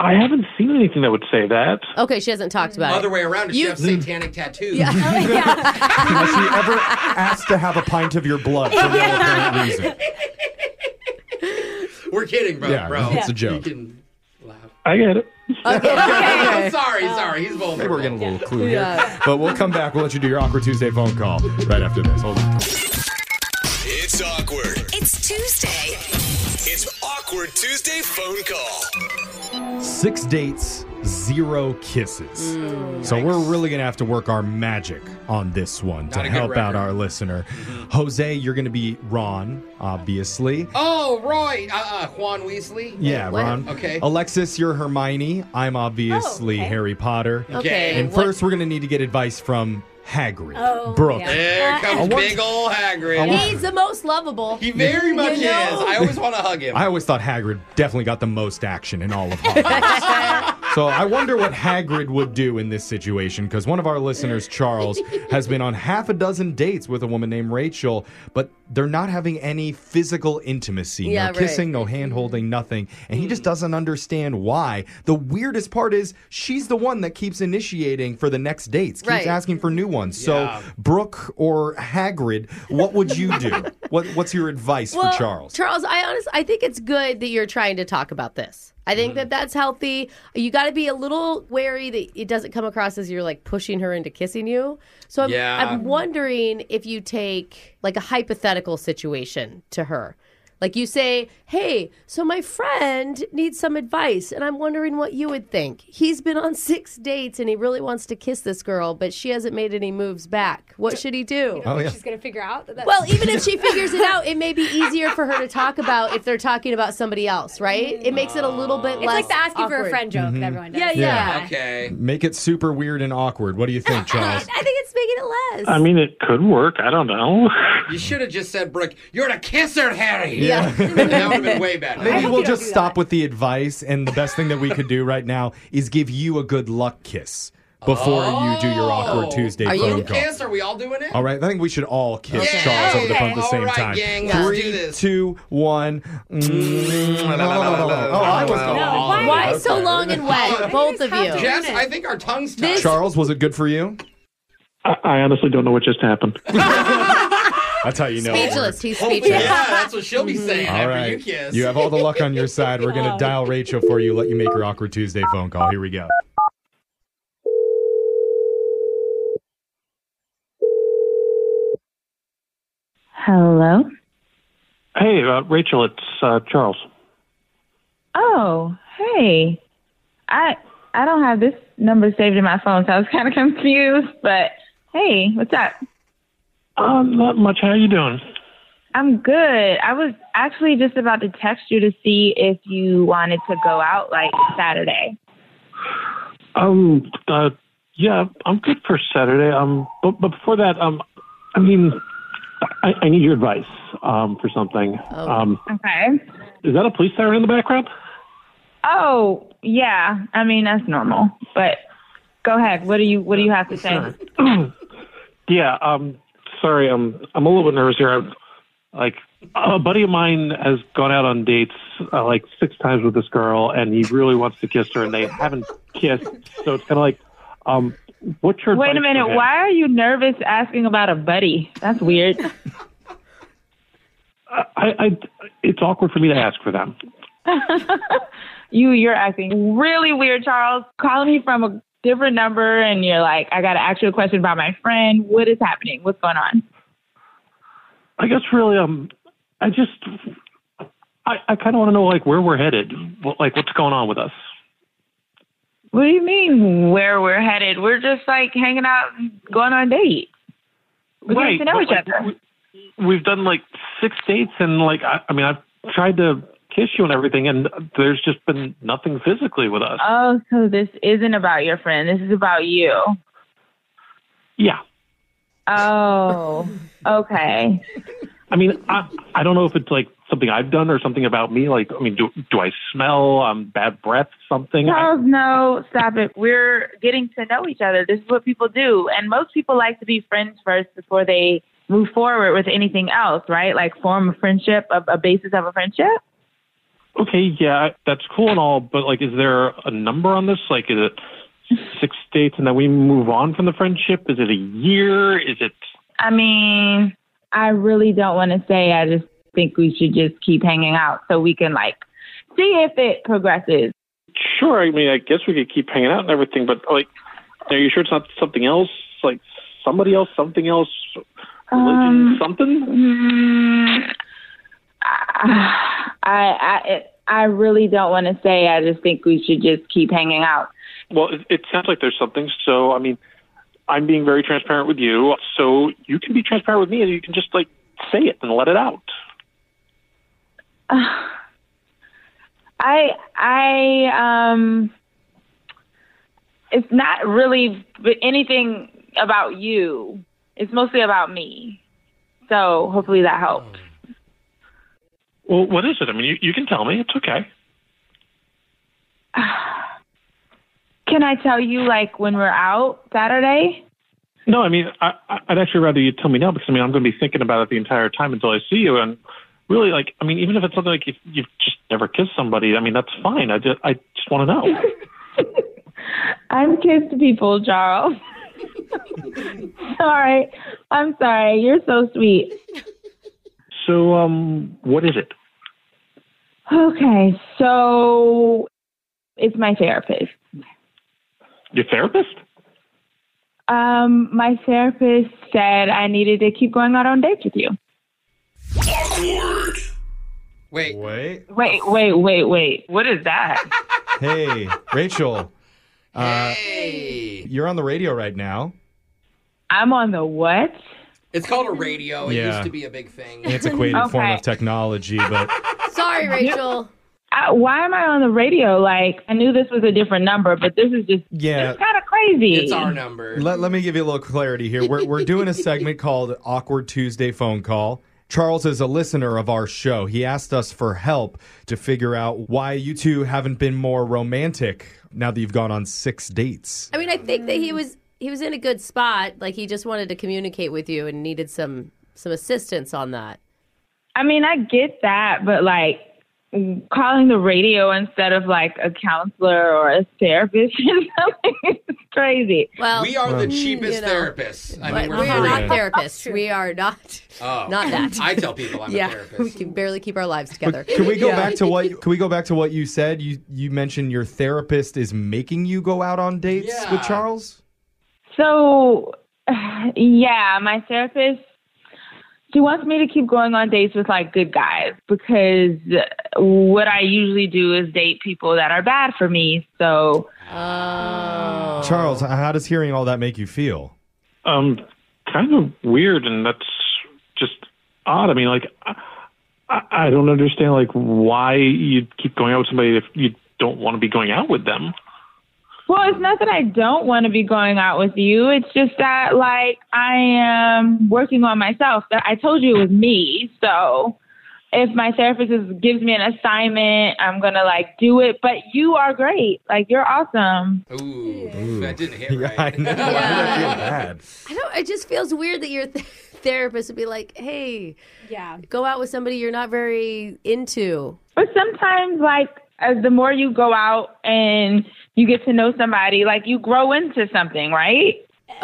[SPEAKER 20] I haven't seen anything that would say that.
[SPEAKER 2] Okay, she hasn't talked about it.
[SPEAKER 4] Other way around, does she
[SPEAKER 2] You- Mm.
[SPEAKER 4] have satanic tattoos?
[SPEAKER 3] Has she
[SPEAKER 4] <laughs>
[SPEAKER 3] ever asked to have a pint of your blood for no apparent reason?
[SPEAKER 4] We're kidding, bro.
[SPEAKER 3] Yeah,
[SPEAKER 4] bro.
[SPEAKER 3] it's a joke.
[SPEAKER 4] You can-
[SPEAKER 20] I get it.
[SPEAKER 4] I'm sorry, sorry. He's vulnerable.
[SPEAKER 3] Maybe we're getting a little clue here.
[SPEAKER 4] Yeah.
[SPEAKER 3] But we'll come back. We'll let you do your awkward Tuesday phone call right after this. Hold on.
[SPEAKER 8] It's awkward.
[SPEAKER 21] It's Tuesday.
[SPEAKER 8] It's awkward Tuesday phone call.
[SPEAKER 3] Six dates zero kisses.
[SPEAKER 4] Mm.
[SPEAKER 3] so we're really going to have to work our magic on this one
[SPEAKER 4] Not a
[SPEAKER 3] to
[SPEAKER 4] good
[SPEAKER 3] help out
[SPEAKER 4] record.
[SPEAKER 3] our listener.
[SPEAKER 4] Mm-hmm.
[SPEAKER 3] Jose, you're going to be Ron, obviously.
[SPEAKER 4] Oh, Roy, uh, uh, Juan Weasley.
[SPEAKER 3] Yeah,
[SPEAKER 4] What?
[SPEAKER 3] Ron.
[SPEAKER 4] Okay. Oh,
[SPEAKER 3] Alexis, you're Hermione. I'm obviously Harry Potter.
[SPEAKER 4] Okay,
[SPEAKER 3] And
[SPEAKER 4] what-
[SPEAKER 3] first, we're going to need to get advice from Hagrid.
[SPEAKER 2] Oh,
[SPEAKER 3] Brooke.
[SPEAKER 4] There
[SPEAKER 3] I
[SPEAKER 4] comes
[SPEAKER 3] want-
[SPEAKER 4] big ol' Hagrid.
[SPEAKER 3] I want-
[SPEAKER 2] He's the most lovable.
[SPEAKER 4] He very much
[SPEAKER 2] You know?
[SPEAKER 4] is. I always
[SPEAKER 2] <laughs>
[SPEAKER 4] want to hug him.
[SPEAKER 3] I always thought Hagrid definitely got the most action in
[SPEAKER 4] <laughs>
[SPEAKER 3] all of Hogwarts. so I wonder what Hagrid would do in this situation because one of our listeners, Charles, has been on half a dozen dates with a woman named Rachel, but they're not having any physical intimacy,
[SPEAKER 14] Yeah,
[SPEAKER 3] no
[SPEAKER 14] right. Hmm.
[SPEAKER 3] kissing, no hand holding, nothing. And he just doesn't understand why. The weirdest part is she's the one that keeps initiating for the next dates, keeps
[SPEAKER 14] Right.
[SPEAKER 3] asking for new ones.
[SPEAKER 14] Yeah.
[SPEAKER 3] So, Brooke or Hagrid, what would you do? what, what's your advice for Charles?
[SPEAKER 2] Charles, I honestly, I think it's good that you're trying to talk about this. I
[SPEAKER 3] Mm-hmm.
[SPEAKER 2] think that that's healthy. You got to be a little wary that it doesn't come across as you're like pushing her into kissing you. So I'm,
[SPEAKER 15] Yeah.
[SPEAKER 2] I'm wondering if you take like a hypothetical situation to her. Like you say, hey, so my friend needs some advice, and I'm wondering what you would think. He's been on six dates and he really wants to kiss this girl, but she hasn't made any moves back. What should he do?
[SPEAKER 3] Oh, yeah.
[SPEAKER 7] She's gonna figure out that. That's
[SPEAKER 2] Well, even if she figures it
[SPEAKER 7] <laughs>
[SPEAKER 2] out, it may be easier for her to talk about if they're talking about somebody else, right? It makes it a little bit
[SPEAKER 7] It's like
[SPEAKER 2] less.
[SPEAKER 7] the asking for a
[SPEAKER 2] awkward.
[SPEAKER 7] friend joke
[SPEAKER 3] Mm-hmm.
[SPEAKER 7] that everyone does.
[SPEAKER 2] Yeah, yeah.
[SPEAKER 4] Okay.
[SPEAKER 3] Make it super weird and awkward. What do you think, Charles?
[SPEAKER 7] I think it's making it less.
[SPEAKER 20] I
[SPEAKER 3] <laughs>
[SPEAKER 20] mean, it could work. I don't know.
[SPEAKER 4] You should have just said, Brooke, you're a kisser, Harry.
[SPEAKER 3] Yeah.
[SPEAKER 4] <laughs> that would have been
[SPEAKER 3] <laughs>
[SPEAKER 4] way better.
[SPEAKER 3] Maybe we'll just stop with the advice, and the best thing that we could do right now is give you a good luck kiss before you do your awkward Tuesday
[SPEAKER 4] Oh. Are
[SPEAKER 3] phone
[SPEAKER 4] you
[SPEAKER 3] call.
[SPEAKER 4] kiss? Are we all doing it?
[SPEAKER 3] All right, I think we should all kiss Charles over the phone at the
[SPEAKER 4] Okay.
[SPEAKER 3] same
[SPEAKER 4] All right,
[SPEAKER 3] time.
[SPEAKER 4] gang, let's
[SPEAKER 3] Three,
[SPEAKER 4] do this.
[SPEAKER 3] two, one. Mm.
[SPEAKER 4] la, la, la, la,
[SPEAKER 3] Oh, I was
[SPEAKER 4] la,
[SPEAKER 3] going.
[SPEAKER 4] la, la,
[SPEAKER 3] all
[SPEAKER 4] la.
[SPEAKER 2] Why
[SPEAKER 3] over.
[SPEAKER 2] so long
[SPEAKER 4] Oh,
[SPEAKER 2] and wet, both of you?
[SPEAKER 4] Jess, I think our tongues touch.
[SPEAKER 2] This-
[SPEAKER 3] Charles, was it good for you?
[SPEAKER 20] I, I honestly don't know what just happened.
[SPEAKER 3] That's how you know. it worked.
[SPEAKER 2] Speechless. He's
[SPEAKER 4] Hopefully-
[SPEAKER 2] speechless.
[SPEAKER 15] <laughs>
[SPEAKER 4] Yeah, that's what she'll be
[SPEAKER 15] Mhm.
[SPEAKER 4] saying
[SPEAKER 3] All
[SPEAKER 4] after
[SPEAKER 3] right.
[SPEAKER 4] you kiss.
[SPEAKER 3] have all the luck on
[SPEAKER 4] <laughs>
[SPEAKER 3] your side. We're going to dial Rachel for you, let you make your awkward Tuesday phone call. Here we go.
[SPEAKER 22] Hello.
[SPEAKER 20] Hey, uh, Rachel, it's uh, Charles.
[SPEAKER 22] Oh, hey. I I don't have this number saved in my phone, so I was kind of confused. But hey, what's up?
[SPEAKER 20] Uh, not much. How you doing?
[SPEAKER 22] I'm good. I was actually just about to text you to see if you wanted to go out like Saturday.
[SPEAKER 20] Um, uh, yeah, I'm good for Saturday. Um, but, but before that, um, I mean, I, I need your advice um, for something.
[SPEAKER 22] Oh.
[SPEAKER 20] Um,
[SPEAKER 22] Okay.
[SPEAKER 20] is that a police siren in the background?
[SPEAKER 22] Oh yeah. I mean that's normal, but go ahead. What do you What do you have to say?
[SPEAKER 20] Yeah. Um, sorry, I'm I'm a little bit nervous here. I'm, like a buddy of mine has gone out on dates uh, like six times with this girl, and he really wants to kiss her, and they haven't kissed. So it's kind of like, um, what's your
[SPEAKER 22] Wait a
[SPEAKER 20] advice for
[SPEAKER 22] minute.
[SPEAKER 20] him?
[SPEAKER 22] Why are you nervous asking about a buddy? That's weird.
[SPEAKER 20] I, I it's awkward for me to ask for them.
[SPEAKER 22] <laughs> you you're acting really weird, Charles. Calling me from a different number and you're like, I gotta ask you a question about my friend. What is happening? What's going on?
[SPEAKER 20] I guess really, um, I just I I kind of want to know like where we're headed, what, like what's going on with us.
[SPEAKER 22] What do you mean where we're headed? We're just like hanging out and going on dates. We
[SPEAKER 20] Right,
[SPEAKER 22] get to know
[SPEAKER 20] but,
[SPEAKER 22] each
[SPEAKER 20] like,
[SPEAKER 22] other.
[SPEAKER 20] We've done like six dates, and like I, I mean, I've tried to kiss you and everything, and there's just been nothing physically with us.
[SPEAKER 22] Oh, so this isn't about your friend. This is about you.
[SPEAKER 20] Yeah.
[SPEAKER 22] Oh, okay.
[SPEAKER 20] I mean, I I don't know if it's like something I've done or something about me. Like, I mean, do do I smell um, bad breath? Something? I-
[SPEAKER 22] Charles, no, stop it. We're getting to know each other. This is what people do. And most people like to be friends first before they move forward with anything else, right? Like form a friendship, a, a basis of a friendship.
[SPEAKER 20] okay, yeah, that's cool and all, but like, is there a number on this? Like, is it six dates and then we move on from the friendship? Is it a year? Is it?
[SPEAKER 22] I mean, I really don't want to say. I just think we should just keep hanging out so we can like see if it progresses.
[SPEAKER 20] Sure, I mean, I guess we could keep hanging out and everything, but like, are you sure it's not something else? Like somebody else, something else, religion, something?
[SPEAKER 22] Mm, I, I, I, I really don't want to say. I just think we should just keep hanging out
[SPEAKER 20] Well, it, it sounds like there's something. So, I mean, I'm being very transparent with you. So you can be transparent with me, and you can just like say it and let it out.
[SPEAKER 22] <sighs> I I um it's not really b- anything about you. It's mostly about me. So hopefully that helps.
[SPEAKER 20] Well, what is it? I mean, you, you can tell me. It's okay.
[SPEAKER 22] <sighs> Can I tell you like when we're out Saturday?
[SPEAKER 20] No, I mean, I, I- I'd actually rather you tell me now because I mean, I'm going to be thinking about it the entire time until I see you. And really, like, I mean, even if it's something like if you've just never kissed somebody, I mean, that's fine. I just, I just want to know.
[SPEAKER 22] <laughs> I'm kissed people, Charles. <laughs> sorry. I'm sorry. You're so sweet.
[SPEAKER 20] So, um, what is it?
[SPEAKER 22] Okay, so it's my therapist.
[SPEAKER 20] Your therapist?
[SPEAKER 22] Um, my therapist said I needed to keep going out on dates with you.
[SPEAKER 4] Wait.
[SPEAKER 3] Wait.
[SPEAKER 22] Wait, wait, wait, wait. What is that?
[SPEAKER 3] Hey, Rachel. hey. you're on the radio right now.
[SPEAKER 22] I'm on the what?
[SPEAKER 4] It's called a radio. It
[SPEAKER 3] Yeah.
[SPEAKER 4] used to be a big thing.
[SPEAKER 3] Antiquated
[SPEAKER 22] <laughs>
[SPEAKER 3] form
[SPEAKER 22] Okay.
[SPEAKER 3] of technology, but
[SPEAKER 22] Sorry, Rachel. I, why am I on the radio? Like, I knew this was a different number, but this is just
[SPEAKER 3] Yeah.
[SPEAKER 22] it's kind of crazy.
[SPEAKER 4] number.
[SPEAKER 3] Let, let me give you a little clarity here. We're, we're doing a segment called Awkward Tuesday Phone Call. Charles is a listener of our show. He asked us for help to figure out why you two haven't been more romantic now that you've gone on six dates.
[SPEAKER 15] I mean, I think that he was he was in a good spot. Like he just wanted to communicate with you and needed some some assistance on that.
[SPEAKER 22] I mean, I get that, but like calling the radio instead of like a counselor or a therapist <laughs> is something is crazy.
[SPEAKER 15] Well,
[SPEAKER 4] we are the
[SPEAKER 15] mm,
[SPEAKER 4] cheapest
[SPEAKER 15] you know.
[SPEAKER 4] therapists. I mean,
[SPEAKER 15] But
[SPEAKER 4] we're
[SPEAKER 15] we are
[SPEAKER 4] free.
[SPEAKER 15] not therapists. We are not.
[SPEAKER 4] Oh.
[SPEAKER 15] Not that.
[SPEAKER 4] I tell people
[SPEAKER 15] <laughs>
[SPEAKER 4] I'm
[SPEAKER 15] yeah,
[SPEAKER 4] a therapist.
[SPEAKER 15] we can barely keep our lives together.
[SPEAKER 3] Can we go
[SPEAKER 15] Yeah.
[SPEAKER 3] back to what? Can we go back to what you said? You you mentioned your therapist is making you go out on dates with Charles.
[SPEAKER 22] So, <sighs> yeah, my therapist, she wants me to keep going on dates with like good guys because what I usually do is date people that are bad for me. So,
[SPEAKER 3] Charles, how does hearing all that make you feel?
[SPEAKER 20] Um, kind of weird, and that's just odd. I mean, like, I, I I don't understand like why you'd keep going out with somebody if you don't want to be going out with them.
[SPEAKER 22] well, it's not that I don't want to be going out with you. It's just that like I am working on myself. That I told you it was me. So, if my therapist is, gives me an assignment, I'm going to like do it. But you are great. Like you're awesome.
[SPEAKER 4] Ooh, that didn't
[SPEAKER 3] <laughs>
[SPEAKER 4] hit right.
[SPEAKER 3] I know. I feel bad.
[SPEAKER 15] I don't. It just feels weird that your th- <laughs> therapist would be like, "Hey, yeah, go out with somebody you're not very into."
[SPEAKER 22] But sometimes, like, as the more you go out and you get to know somebody, like, you grow into something, right?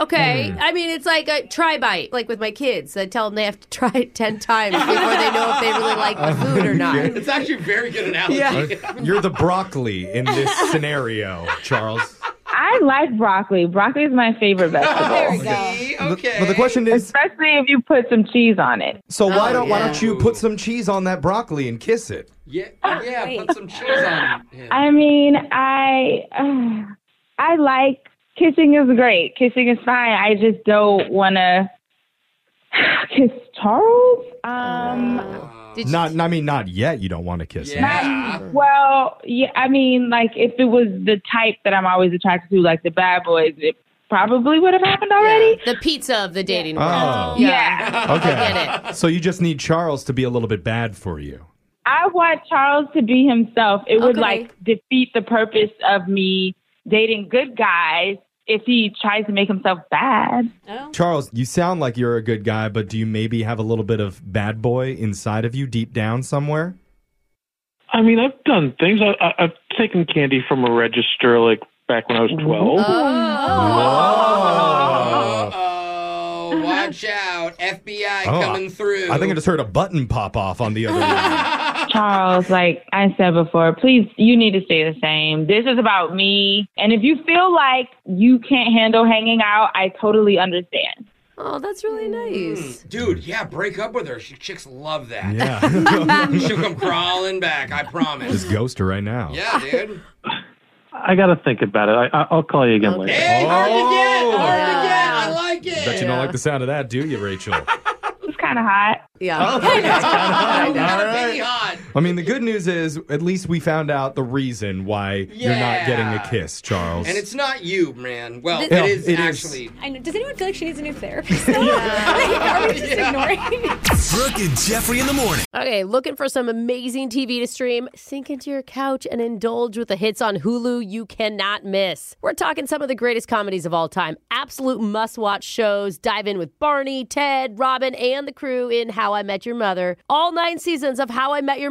[SPEAKER 15] Okay, I mean it's like a try bite, like with my kids. I tell them they have to try it ten times before they know if they really
[SPEAKER 4] <laughs>
[SPEAKER 15] like the food or not.
[SPEAKER 3] Okay.
[SPEAKER 4] It's actually a very good analogy.
[SPEAKER 3] You're the broccoli in
[SPEAKER 15] <laughs>
[SPEAKER 3] this scenario, Charles.
[SPEAKER 22] I like broccoli. Broccoli is my favorite vegetable.
[SPEAKER 3] Oh, there we
[SPEAKER 4] go. Okay. Oh,
[SPEAKER 3] But the question is,
[SPEAKER 22] especially if you put some cheese on it.
[SPEAKER 3] So
[SPEAKER 15] Oh,
[SPEAKER 3] why don't why don't you put some cheese on that broccoli and kiss it?
[SPEAKER 4] Yeah, yeah. Put some cheese on.
[SPEAKER 22] I mean, I, uh, I like kissing is great. Kissing is fine. I just don't want to <sighs> kiss Charles. Um,
[SPEAKER 3] Not I mean not yet. You don't want to kiss him.
[SPEAKER 22] Not- Um, well, yeah, I mean, like if it was the type that I'm always attracted to, like the bad boys, it probably would have happened already.
[SPEAKER 15] The pizza of the dating
[SPEAKER 3] Oh.
[SPEAKER 15] world.
[SPEAKER 22] Yeah.
[SPEAKER 3] Okay.
[SPEAKER 15] I get it.
[SPEAKER 3] So you just need Charles to be a little bit bad for you.
[SPEAKER 22] I want Charles to be himself. It would
[SPEAKER 15] Okay.
[SPEAKER 22] like defeat the purpose of me dating good guys if he tries to make himself bad.
[SPEAKER 3] Charles, you sound like you're a good guy, but do you maybe have a little bit of bad boy inside of you deep down somewhere?
[SPEAKER 20] I mean, I've done things. I, I, I've taken candy from a register like back when I was twelve.
[SPEAKER 8] Oh.
[SPEAKER 3] Oh.
[SPEAKER 4] Oh, watch out. FBI
[SPEAKER 3] Oh,
[SPEAKER 4] coming through.
[SPEAKER 3] I think I just heard a button pop off on the other end.
[SPEAKER 22] <laughs> Charles, like I said before, please, you need to stay the same. This is about me. And if you feel like you can't handle hanging out, I totally understand.
[SPEAKER 15] Oh, that's really nice.
[SPEAKER 4] Mm. Dude, yeah, break up with her. She, chicks love that. <laughs>
[SPEAKER 3] Yeah. <laughs>
[SPEAKER 4] She'll come crawling back, I promise.
[SPEAKER 3] Just ghost her right now.
[SPEAKER 4] Yeah, dude.
[SPEAKER 20] I I got to think about it. I, I- I'll call you again
[SPEAKER 3] Oh.
[SPEAKER 20] later.
[SPEAKER 4] Oh. I like it.
[SPEAKER 3] Bet you don't like the sound of that, do you, Rachel?
[SPEAKER 22] It's kind of hot.
[SPEAKER 15] Yeah.
[SPEAKER 3] Oh,
[SPEAKER 4] <laughs>
[SPEAKER 3] <laughs>
[SPEAKER 1] Oh,
[SPEAKER 3] All right.
[SPEAKER 4] hot.
[SPEAKER 3] I mean, the good news is at least we found out the reason why you're not
[SPEAKER 4] Yeah.
[SPEAKER 3] getting a kiss, Charles.
[SPEAKER 4] And it's not you, man. Well,
[SPEAKER 3] No,
[SPEAKER 4] it is
[SPEAKER 3] it is.
[SPEAKER 4] actually.
[SPEAKER 7] I know. Does anyone feel like she needs a new
[SPEAKER 2] <laughs>
[SPEAKER 7] therapist? <laughs> Are we just ignoring?
[SPEAKER 8] Brooke and Jeffrey in the morning.
[SPEAKER 15] Okay, looking for some amazing TV to stream? Sink into your couch and indulge with the hits on Hulu you cannot miss. We're talking some of the greatest comedies of all time, absolute must watch shows. Dive in with Barney, Ted, Robin, and the crew in How I Met Your Mother. All nine seasons of How I Met Your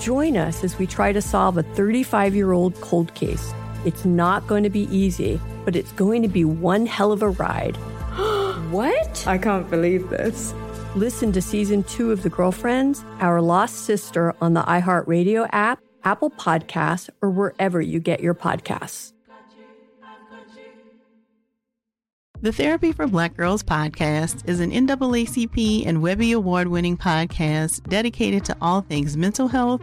[SPEAKER 16] Join us as we try to solve a 35 year old cold case. It's not going to be easy, but it's going to be one hell of a ride. <gasps> what? I can't believe this. Listen to season two of The Girlfriends, Our Lost Sister on the iHeartRadio app, Apple Podcasts, or wherever you get your podcasts.
[SPEAKER 18] The Therapy for Black Girls podcast is an NAACP and Webby Award winning podcast dedicated to all things mental health,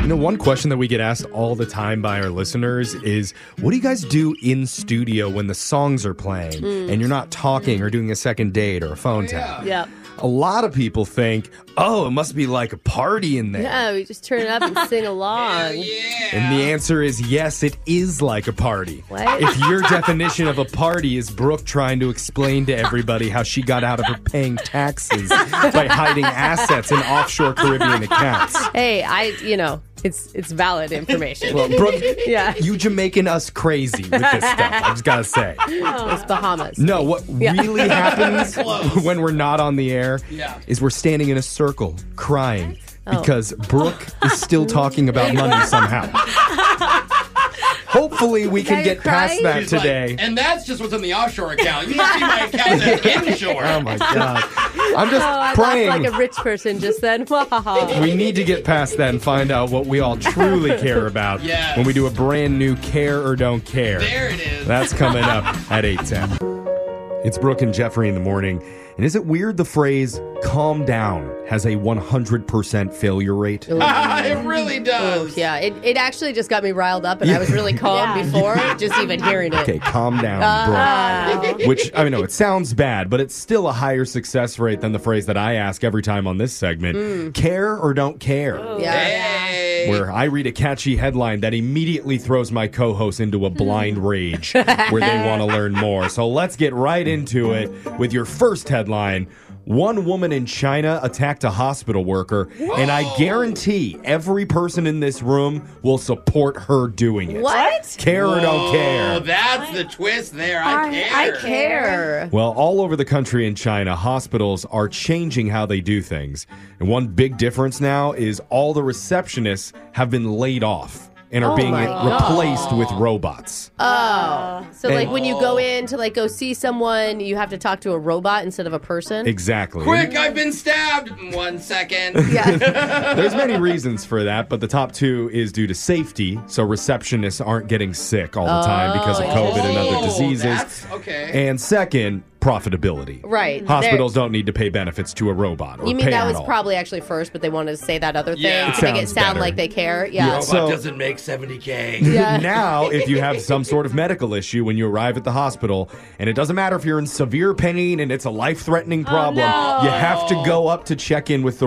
[SPEAKER 3] You know, one question that we get asked all the time by our listeners is what do you guys do in studio when the songs are playing
[SPEAKER 4] Hmm.
[SPEAKER 5] Mm.
[SPEAKER 3] and you're not talking or doing a second date or a phone
[SPEAKER 4] Oh,
[SPEAKER 3] tap?
[SPEAKER 2] Yeah.
[SPEAKER 3] A lot of people think, oh, it must be like a party in there.
[SPEAKER 2] Yeah, we just turn it up and
[SPEAKER 3] <laughs>
[SPEAKER 2] sing along.
[SPEAKER 3] And the answer is yes, it is like a party.
[SPEAKER 2] What?
[SPEAKER 3] If your definition of a party is Brooke trying to explain to everybody how she got out of her paying
[SPEAKER 2] <laughs>
[SPEAKER 3] taxes by hiding assets in offshore Caribbean accounts.
[SPEAKER 2] Hey, I, you know, it's it's valid information.
[SPEAKER 3] Well, Brooke,
[SPEAKER 2] <laughs> yeah.
[SPEAKER 3] you Jamaican us crazy with this stuff. I just gotta say.
[SPEAKER 2] It's Bahamas.
[SPEAKER 3] No, what
[SPEAKER 2] Yeah.
[SPEAKER 3] really
[SPEAKER 2] <laughs>
[SPEAKER 3] happens
[SPEAKER 2] Close.
[SPEAKER 3] when we're not on the air
[SPEAKER 2] Yeah.
[SPEAKER 3] is we're standing in a circle crying
[SPEAKER 2] Oh. <laughs>
[SPEAKER 3] because Brooke is still talking about money somehow. Hopefully, we can
[SPEAKER 4] Now
[SPEAKER 3] get
[SPEAKER 4] you're crying?
[SPEAKER 3] past that
[SPEAKER 4] She's like,
[SPEAKER 3] today.
[SPEAKER 4] and that's just what's in the offshore account. You should
[SPEAKER 3] <laughs>
[SPEAKER 4] see my account that's inshore.
[SPEAKER 3] oh my god! I'm
[SPEAKER 2] <laughs>
[SPEAKER 3] just
[SPEAKER 2] oh, I
[SPEAKER 3] praying.
[SPEAKER 2] laughed like a rich person just then. <laughs>
[SPEAKER 3] we need to get past that and find out what we all truly
[SPEAKER 2] <laughs>
[SPEAKER 3] care about
[SPEAKER 2] Yes.
[SPEAKER 3] when we do a brand new care or don't care.
[SPEAKER 4] There it is.
[SPEAKER 3] That's coming
[SPEAKER 4] <laughs>
[SPEAKER 3] up at 8:10. It's Brooke and Jeffrey in the morning. And is it weird the phrase calm down has a 100% failure rate?
[SPEAKER 4] it really
[SPEAKER 2] does. yeah, it, it actually just got me riled up, and I was
[SPEAKER 3] <laughs>
[SPEAKER 2] really calm before just even hearing it.
[SPEAKER 3] <laughs> Okay, calm
[SPEAKER 2] <laughs>
[SPEAKER 3] down,
[SPEAKER 2] Oh.
[SPEAKER 3] Brooke. <laughs> Which I mean, no, it sounds bad, but it's still a higher success rate than the phrase that I ask every time on this segment:
[SPEAKER 2] Mm.
[SPEAKER 3] "Care or don't care." Where I read a catchy headline that immediately throws my co-host into a blind rage, where they want to learn more. So let's get right into it with your first headline. One woman in China attacked a hospital worker, and I guarantee every person in this room will support her doing it. Care or don't
[SPEAKER 4] Whoa,
[SPEAKER 3] care.
[SPEAKER 4] That's the twist there. I care. I care.
[SPEAKER 3] Well, all over the country in China, hospitals are changing how they do things. And one big difference now is all the receptionists have been laid off and are
[SPEAKER 2] Oh
[SPEAKER 3] being
[SPEAKER 2] my
[SPEAKER 3] replaced with robots.
[SPEAKER 2] <laughs> Oh, so
[SPEAKER 3] Uh, And-
[SPEAKER 2] like when you go in to like go see someone, you have to talk to a robot instead of a person.
[SPEAKER 3] Exactly.
[SPEAKER 4] Quick, I've been stabbed. One second.
[SPEAKER 3] <laughs> There's many reasons for that, but the top two is due to safety. So receptionists aren't getting sick all the time because of
[SPEAKER 2] Oh,
[SPEAKER 3] COVID and
[SPEAKER 2] interesting.
[SPEAKER 3] other
[SPEAKER 2] Oh,
[SPEAKER 3] diseases.
[SPEAKER 2] that's- okay.
[SPEAKER 3] And second, profitability.
[SPEAKER 2] Right.
[SPEAKER 3] Hospitals don't need to pay benefits to a robot. Or
[SPEAKER 2] You mean
[SPEAKER 3] pay
[SPEAKER 2] that
[SPEAKER 3] at
[SPEAKER 2] was
[SPEAKER 3] all.
[SPEAKER 2] probably actually first, but they wanted to say that other thing
[SPEAKER 3] Yeah.
[SPEAKER 2] to make it
[SPEAKER 3] Sounds
[SPEAKER 2] sound
[SPEAKER 3] better.
[SPEAKER 2] like they care.
[SPEAKER 3] Yeah.
[SPEAKER 2] Yeah.
[SPEAKER 4] Robot
[SPEAKER 3] So-
[SPEAKER 4] doesn't make 70K.
[SPEAKER 3] <laughs> now, if you have some sort of medical issue when you arrive at the hospital, and it doesn't matter if you're in severe pain and it's a life threatening problem,
[SPEAKER 2] Oh, no.
[SPEAKER 3] you have to go up to check in with the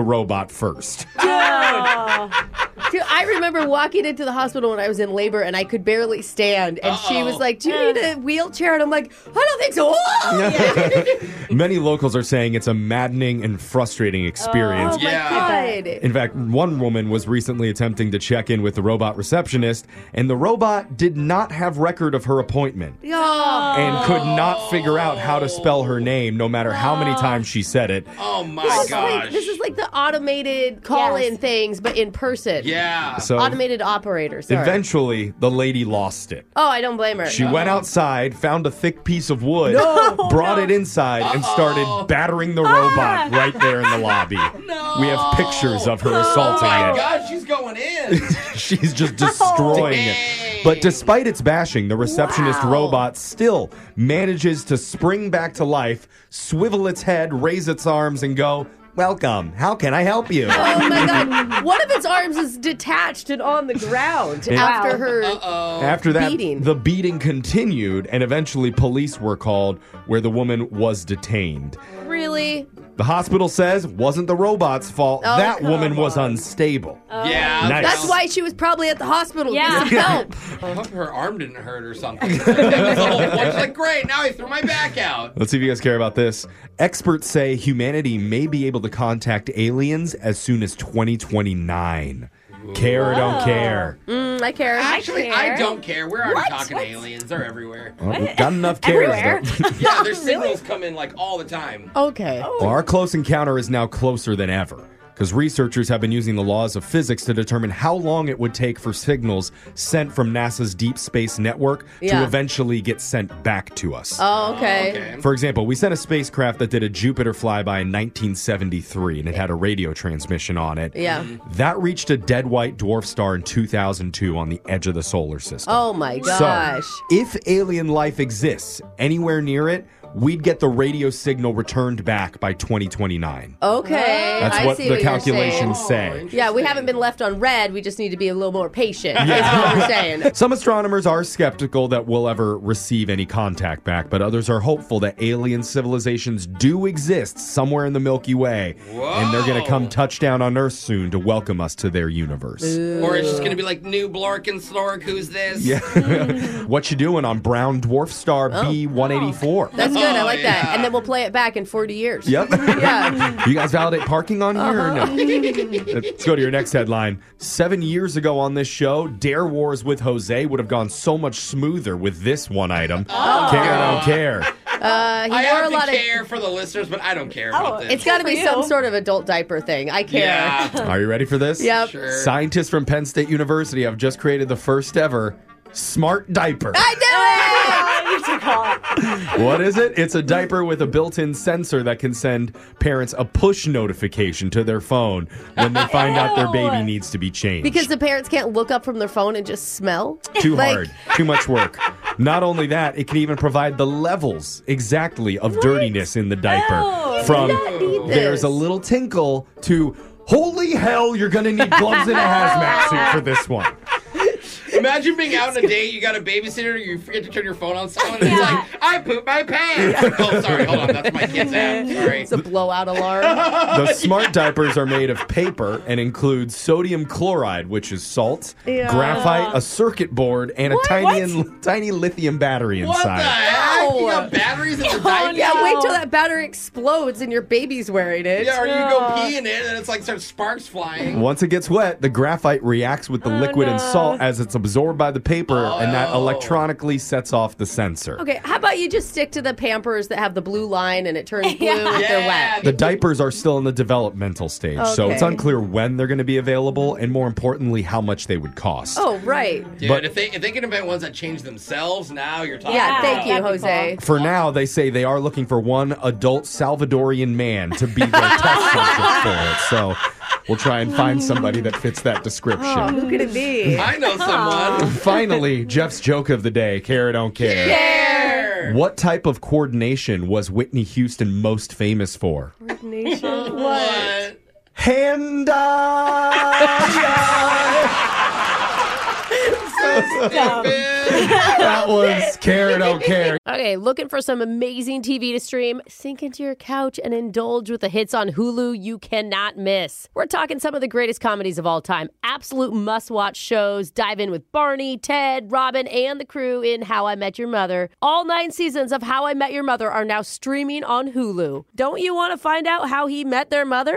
[SPEAKER 2] <laughs>
[SPEAKER 3] robot first.
[SPEAKER 2] Dude, I remember walking into the hospital when I was in labor and I could barely stand, and she was like, "Do you need a wheelchair?" And I'm like, "I don't think so." Oh!
[SPEAKER 3] Many locals are saying it's a maddening and frustrating experience.
[SPEAKER 2] Oh my Yeah. God.
[SPEAKER 3] In fact, one woman was recently attempting to check in with the robot receptionist, and the robot did not have record of her appointment.
[SPEAKER 2] Oh.
[SPEAKER 3] and could not figure out how to spell her name no matter how many times she said it.
[SPEAKER 4] Oh my
[SPEAKER 2] this is
[SPEAKER 4] gosh.
[SPEAKER 2] like this is like the automated call-in things, but in person.
[SPEAKER 4] Yeah.
[SPEAKER 3] So-
[SPEAKER 2] automated operators. Sorry.
[SPEAKER 3] Eventually, the lady lost it.
[SPEAKER 2] oh, I don't blame her.
[SPEAKER 3] She went outside, found a thick piece of wood,
[SPEAKER 2] No.
[SPEAKER 3] brought it inside, and started battering the robot right there in the lobby. We have pictures of her
[SPEAKER 4] Oh
[SPEAKER 3] assaulting
[SPEAKER 4] my
[SPEAKER 3] it.
[SPEAKER 4] God, she's going in.
[SPEAKER 3] <laughs> She's just destroying it. But despite its bashing, the receptionist robot still manages to spring back to life, swivel its head, raise its arms, and go, Welcome. How can I help you?
[SPEAKER 2] Oh my god! One of its arms is detached and on the ground
[SPEAKER 3] Yeah.
[SPEAKER 2] after her.
[SPEAKER 3] After that,
[SPEAKER 2] beating.
[SPEAKER 3] the beating continued, and eventually police were called where the woman was detained.
[SPEAKER 2] Really?
[SPEAKER 3] The hospital says wasn't the robot's fault.
[SPEAKER 2] Oh,
[SPEAKER 3] that
[SPEAKER 2] come
[SPEAKER 3] woman was unstable.
[SPEAKER 4] Yeah.
[SPEAKER 3] Nice.
[SPEAKER 2] Oh. That's why she was probably at the hospital. Yeah.
[SPEAKER 4] <laughs>
[SPEAKER 2] help.
[SPEAKER 4] I hope her arm didn't hurt
[SPEAKER 3] <laughs>
[SPEAKER 4] or something. It was all one- she's like, great, <laughs> now I threw my back out.
[SPEAKER 3] Let's see if you guys care about this. Experts say humanity may be able to contact aliens as soon as 2029. Care or don't care.
[SPEAKER 2] Mm, I care.
[SPEAKER 4] Actually, I, don't care. We're already
[SPEAKER 2] What?
[SPEAKER 4] talking aliens. They're everywhere.
[SPEAKER 3] Well, we've got enough cares.
[SPEAKER 4] Everywhere?
[SPEAKER 3] though.
[SPEAKER 4] <laughs> yeah, their signals come in like all the time.
[SPEAKER 2] <laughs> Okay.
[SPEAKER 3] Well, our close encounter is now closer than ever because researchers have been using the laws of physics to determine how long it would take for signals sent from NASA's Deep Space Network
[SPEAKER 2] Yeah.
[SPEAKER 3] to eventually get sent back to us.
[SPEAKER 2] Oh, okay.
[SPEAKER 3] For example, we sent a spacecraft that did a Jupiter flyby in 1973 and it had a radio transmission on it.
[SPEAKER 2] Yeah.
[SPEAKER 3] That reached a dead white dwarf star in 2002 on the edge of the solar system.
[SPEAKER 2] Oh my gosh.
[SPEAKER 3] So, if alien life exists anywhere near it, we'd get the radio signal returned back by 2029.
[SPEAKER 2] Okay.
[SPEAKER 3] That's
[SPEAKER 2] I
[SPEAKER 3] what
[SPEAKER 2] see
[SPEAKER 3] the
[SPEAKER 2] you're
[SPEAKER 3] calculations
[SPEAKER 2] saying.
[SPEAKER 3] say.
[SPEAKER 2] Yeah, we haven't been left on red. We just need to be a little more patient. That's what we're saying.
[SPEAKER 3] Some astronomers are skeptical that we'll ever receive any contact back, but others are hopeful that alien civilizations do exist somewhere in the Milky Way, and they're going to come touchdown on Earth soon to welcome us to their universe.
[SPEAKER 4] Or it's just going to be like, new Blork and Slork, who's this?
[SPEAKER 2] Uh,
[SPEAKER 3] Yeah. <laughs> what you doing on brown dwarf star B184?
[SPEAKER 2] Oh. That's good.
[SPEAKER 4] Oh,
[SPEAKER 2] I like that. And then we'll play it back in 40 years.
[SPEAKER 3] Yep. <laughs>
[SPEAKER 2] Yeah.
[SPEAKER 3] You guys validate parking on
[SPEAKER 2] <laughs>
[SPEAKER 3] here or no?
[SPEAKER 2] Uh-huh.
[SPEAKER 3] Let's go to your next headline. Seven years ago on this show, Dare Wars with Jose would have gone so much smoother with this one item.
[SPEAKER 4] Oh.
[SPEAKER 3] care, don't care.
[SPEAKER 2] Uh, he
[SPEAKER 4] I
[SPEAKER 2] wore
[SPEAKER 4] have
[SPEAKER 2] a
[SPEAKER 4] to
[SPEAKER 2] lot of. Oh,
[SPEAKER 4] care for the listeners, but I don't care about this.
[SPEAKER 2] It's got to be
[SPEAKER 4] Good for
[SPEAKER 2] some
[SPEAKER 4] you.
[SPEAKER 2] sort of adult diaper thing. I care.
[SPEAKER 4] Yeah.
[SPEAKER 3] Are you ready for this?
[SPEAKER 2] Yep. Sure.
[SPEAKER 3] Scientists from Penn State University have just created the first ever Smart diaper.
[SPEAKER 23] I knew it! you took off.
[SPEAKER 3] What is it? It's a diaper with a built-in sensor that can send parents a push notification to their phone when they find out their baby needs to be changed.
[SPEAKER 2] Because the parents can't look up from their phone and just smell.
[SPEAKER 3] <laughs> Too
[SPEAKER 2] Like,
[SPEAKER 3] hard. Too much work. Not only that, it can even provide the levels exactly of dirtiness in the diaper.
[SPEAKER 23] No,
[SPEAKER 3] from
[SPEAKER 23] you do not need this.
[SPEAKER 3] there's a little tinkle to holy hell, you're gonna need gloves and a hazmat suit for this one.
[SPEAKER 4] Imagine being out on a date, you got a babysitter, you forget to turn your phone on someone, and it's like, I pooped my pants. oh, sorry, hold on, that's
[SPEAKER 2] <laughs>
[SPEAKER 4] my
[SPEAKER 24] <laughs>
[SPEAKER 4] kid's app. Sorry.
[SPEAKER 2] It's a blowout alarm.
[SPEAKER 4] <laughs>
[SPEAKER 3] The smart diapers are made of paper and include sodium chloride, which is salt,
[SPEAKER 2] Yeah.
[SPEAKER 3] graphite, a circuit board, and
[SPEAKER 2] What?
[SPEAKER 3] a tiny
[SPEAKER 2] What?
[SPEAKER 3] and, tiny lithium battery
[SPEAKER 4] What
[SPEAKER 3] inside.
[SPEAKER 4] the heck? You got batteries in the diaper?
[SPEAKER 2] Yeah, wait till that battery explodes and your baby's wearing it.
[SPEAKER 4] Yeah, or you go pee in it, and it's like starts sparks flying.
[SPEAKER 3] Once it gets wet, the graphite reacts with the liquid and salt as it's absorbed by the paper,
[SPEAKER 4] Oh.
[SPEAKER 3] and that electronically sets off the sensor.
[SPEAKER 2] Okay, how about you just stick to the Pampers that have the blue line and it turns blue if they're wet?
[SPEAKER 3] The diapers are still in the developmental stage, so it's
[SPEAKER 2] Okay.
[SPEAKER 3] unclear when they're going to be available, and more importantly, how much they would cost.
[SPEAKER 2] Oh, right.
[SPEAKER 4] Dude,
[SPEAKER 3] But-
[SPEAKER 4] if they if they can invent ones that change themselves, now you're talking.
[SPEAKER 2] Yeah, thank you,
[SPEAKER 4] about-
[SPEAKER 2] Jose.
[SPEAKER 3] For now, they say they are looking for one adult Salvadorian man to be their test subject for it. So we'll try and find somebody that fits that description.
[SPEAKER 2] Oh, who could it be?
[SPEAKER 4] I know someone.
[SPEAKER 3] Finally, Jeff's joke of the day: care or don't care. What type of coordination was Whitney Houston most famous for?
[SPEAKER 4] <laughs>
[SPEAKER 2] Nation. What?
[SPEAKER 3] Hand <laughs> that was care or don't
[SPEAKER 6] <laughs>
[SPEAKER 3] care.
[SPEAKER 2] Okay, looking for some amazing TV to stream? Sink into your couch and indulge with the hits on Hulu you cannot miss. We're talking some of the greatest comedies of all time, absolute must watch shows. Dive in with Barney, Ted, Robin, and the crew in How I Met Your Mother. All nine seasons of How I Met Your Mother are now streaming on Hulu. Don't you want to find out how he met their mother?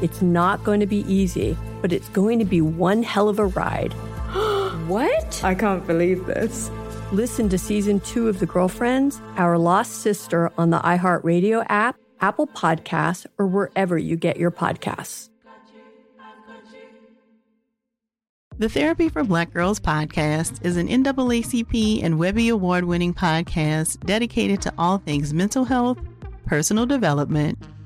[SPEAKER 16] It's not going to be easy, but it's going to be one hell of a <gasps> ride. what? I can't believe this. Listen to season two of The Girlfriends, Our Lost Sister on the iHeartRadio app, Apple Podcasts, or wherever you get your podcasts.
[SPEAKER 18] The Therapy for Black Girls podcast is an NAACP and Webby Award winning podcast dedicated to all things mental health, personal development,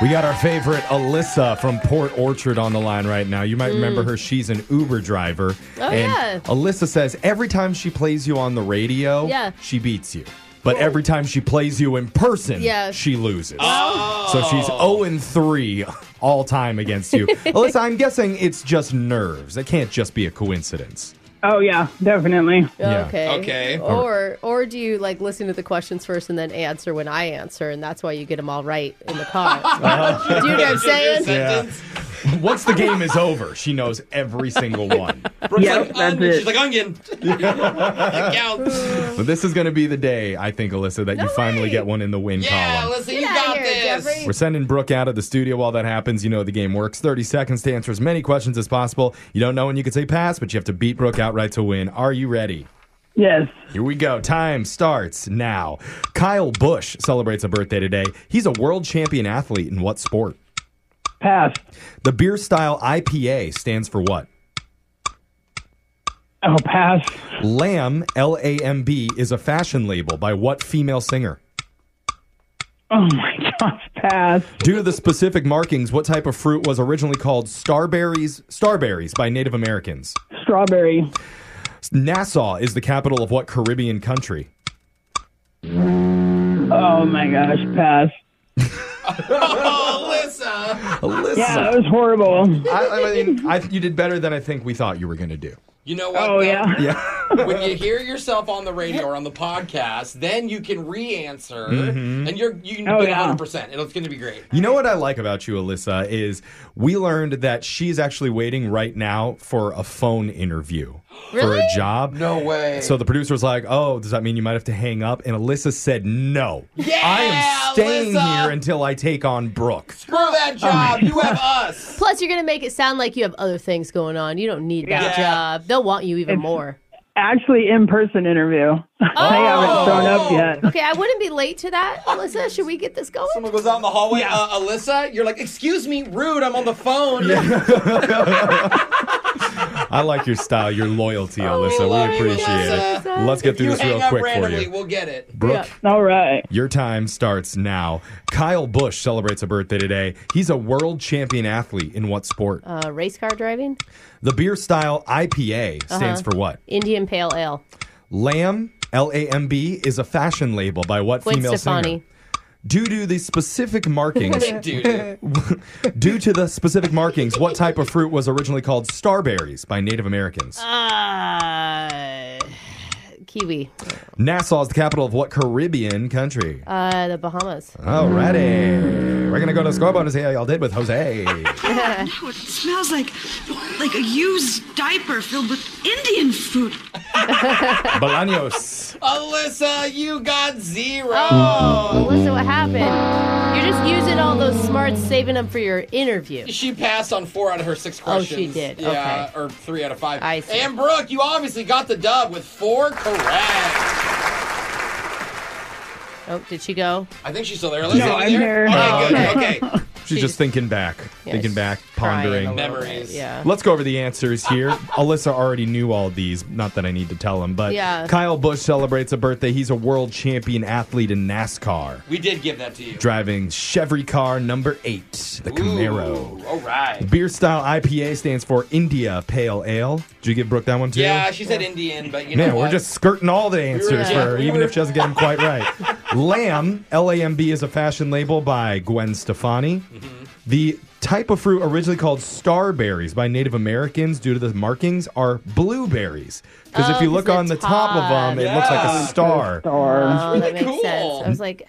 [SPEAKER 3] We got our favorite Alyssa from Port Orchard on the line right now. You might remember
[SPEAKER 6] Mm.
[SPEAKER 3] her. She's an Uber driver.
[SPEAKER 6] Oh,
[SPEAKER 3] and
[SPEAKER 6] yeah.
[SPEAKER 3] Alyssa says every time she plays you on the radio,
[SPEAKER 15] Yeah.
[SPEAKER 3] she beats you. But every time she plays you in person,
[SPEAKER 15] Yeah.
[SPEAKER 3] she loses. So she's 0 and 3 all time against
[SPEAKER 6] <laughs>
[SPEAKER 3] you. Alyssa, I'm guessing it's just nerves. It can't just be a coincidence.
[SPEAKER 1] Oh yeah, definitely.
[SPEAKER 3] Yeah.
[SPEAKER 15] Okay.
[SPEAKER 3] Okay.
[SPEAKER 15] Or or do you like listen to the questions first and then answer when I answer, and that's why you get them all right in the
[SPEAKER 3] <laughs>
[SPEAKER 15] car?
[SPEAKER 3] Uh-huh.
[SPEAKER 15] do you know what I'm saying?
[SPEAKER 3] Yeah. Once the game is over, she knows
[SPEAKER 15] <laughs>
[SPEAKER 3] every single one.
[SPEAKER 4] Brooke's like, onion. She's like, onion. It counts.
[SPEAKER 3] But this is going to be the day, I think, Alyssa, that you finally get one in the win
[SPEAKER 4] Yeah,
[SPEAKER 3] column.
[SPEAKER 4] listen, you got this.
[SPEAKER 3] We're sending Brooke out of the studio while that happens. You know the game works. 30 seconds to answer as many questions as possible. You don't know when you can say pass, but you have to beat Brooke outright to win. Are you ready?
[SPEAKER 1] Yes.
[SPEAKER 3] Here we go. Time starts now. Kyle Bush celebrates a birthday today. He's a world champion athlete in what sport?
[SPEAKER 1] Pass.
[SPEAKER 3] The beer style IPA stands for what?
[SPEAKER 1] Oh, pass.
[SPEAKER 3] Lamb, L A M B, is a fashion label by what female singer?
[SPEAKER 1] Oh my gosh, pass.
[SPEAKER 3] Due to the specific markings, what type of fruit was originally called starberries? Starberries by Native Americans.
[SPEAKER 1] Strawberry.
[SPEAKER 3] Nassau is the capital of what Caribbean country?
[SPEAKER 1] Oh my gosh, pass.
[SPEAKER 4] oh, Alyssa.
[SPEAKER 3] Alyssa.
[SPEAKER 1] Yeah, it was horrible.
[SPEAKER 3] I, I mean, I, you did better than I think we thought you were going to do.
[SPEAKER 4] You know what?
[SPEAKER 1] Oh,
[SPEAKER 4] though?
[SPEAKER 1] yeah.
[SPEAKER 3] Yeah.
[SPEAKER 4] when you hear yourself on the radio or on the podcast, then you can re-answer,
[SPEAKER 3] Mhm.
[SPEAKER 4] and you're you can
[SPEAKER 3] Oh,
[SPEAKER 4] get
[SPEAKER 3] yeah.
[SPEAKER 4] 100. percent It's going to be great.
[SPEAKER 3] You know what I like about you, Alyssa, is we learned that she's actually waiting right now for a phone interview for
[SPEAKER 4] Really?
[SPEAKER 3] a job.
[SPEAKER 4] No way.
[SPEAKER 3] So the producer was like, "Oh, does that mean you might have to hang up?" And Alyssa said, "No, I am staying here until I take on Brooke."
[SPEAKER 4] Screw that job. You have us.
[SPEAKER 15] Plus, you're gonna make it sound like you have other things going on. You don't need that job. They'll want you even more.
[SPEAKER 1] Actually, in <laughs> person interview. I
[SPEAKER 4] Oh!
[SPEAKER 1] haven't shown up yet.
[SPEAKER 15] Okay, I wouldn't be late to that, Alyssa. Should we get this going? Someone
[SPEAKER 4] goes out in the hallway. Uh, Alyssa, you're like, excuse me, rude. I'm on the phone.
[SPEAKER 3] I like your style, your loyalty, Alyssa.
[SPEAKER 4] Oh, love
[SPEAKER 3] We
[SPEAKER 4] you,
[SPEAKER 3] appreciate it.
[SPEAKER 4] Alyssa.
[SPEAKER 3] Let's get
[SPEAKER 4] If
[SPEAKER 3] through
[SPEAKER 4] you
[SPEAKER 3] this
[SPEAKER 4] hang
[SPEAKER 3] real
[SPEAKER 4] up
[SPEAKER 3] quick for
[SPEAKER 4] randomly,
[SPEAKER 3] you.
[SPEAKER 4] We'll get it.
[SPEAKER 3] Brooke.
[SPEAKER 1] All right.
[SPEAKER 3] Your time starts now. Kyle Bush celebrates a birthday today. He's a world champion athlete in what sport?
[SPEAKER 15] Uh, race car driving.
[SPEAKER 3] The beer style IPA stands
[SPEAKER 15] Uh-huh.
[SPEAKER 3] for what?
[SPEAKER 15] Indian Pale Ale.
[SPEAKER 3] Lamb, L A M B, is a fashion label by what
[SPEAKER 15] Gwen
[SPEAKER 3] female
[SPEAKER 15] Stefani.
[SPEAKER 3] singer? Due to
[SPEAKER 15] <laughs>
[SPEAKER 3] the specific markings,
[SPEAKER 4] Dude.
[SPEAKER 3] <laughs> due to the specific markings, what type of fruit was originally called starberries by Native Americans?
[SPEAKER 15] Uh, Kiwi.
[SPEAKER 3] Nassau is the capital of what Caribbean country?
[SPEAKER 15] Uh, the Bahamas. <laughs>
[SPEAKER 3] Alrighty, we're gonna go to score bonus. See how y'all did
[SPEAKER 15] <laughs>
[SPEAKER 3] with Jose.
[SPEAKER 5] Now it smells like like a used diaper filled with Indian food.
[SPEAKER 3] Bolaños.
[SPEAKER 4] <laughs> Alyssa, you got zero.
[SPEAKER 15] Oh, Alyssa, what happened? You're just using all those smarts, saving them for your interview.
[SPEAKER 4] She passed on four out of her six
[SPEAKER 15] Oh,
[SPEAKER 4] questions.
[SPEAKER 15] she did.
[SPEAKER 4] Yeah, or three out of five.
[SPEAKER 15] I see.
[SPEAKER 4] And Brooke, you obviously got the dub with four correct.
[SPEAKER 15] Oh, did she go?
[SPEAKER 4] I think she's still there. Alyssa, you there? Okay, good. <laughs> Okay.
[SPEAKER 3] She's just thinking back, thinking back, pondering
[SPEAKER 4] Memories. Yeah.
[SPEAKER 3] Let's go over the answers here. <laughs> Alyssa already knew all these. Not that I need to tell him, but
[SPEAKER 4] Yeah.
[SPEAKER 3] Kyle Bush celebrates a birthday. He's a world champion athlete in NASCAR,
[SPEAKER 4] We did give that to you.
[SPEAKER 3] driving Chevy car number eight, the Camaro.
[SPEAKER 4] Ooh, all right.
[SPEAKER 3] The beer style IPA stands for India Pale Ale. Did you give Brooke that one too?
[SPEAKER 4] Yeah, she said Indian, but you know
[SPEAKER 3] Man,
[SPEAKER 4] what?
[SPEAKER 3] we're just skirting all the answers
[SPEAKER 4] yeah,
[SPEAKER 3] for her,
[SPEAKER 4] we
[SPEAKER 3] even
[SPEAKER 4] were-
[SPEAKER 3] if she doesn't get them quite
[SPEAKER 4] <laughs>
[SPEAKER 3] right. Lamb, L A M B, is a fashion label by Gwen Stefani.
[SPEAKER 4] Mm-hmm.
[SPEAKER 3] The type of fruit originally called starberries by Native Americans, due to the markings, are blueberries. Because if
[SPEAKER 15] Oh,
[SPEAKER 3] you look
[SPEAKER 15] 'cause
[SPEAKER 3] on
[SPEAKER 15] the
[SPEAKER 3] the top of them, it looks like
[SPEAKER 15] top.
[SPEAKER 4] Uh,
[SPEAKER 3] a star.
[SPEAKER 15] Oh, that makes sense. I was like,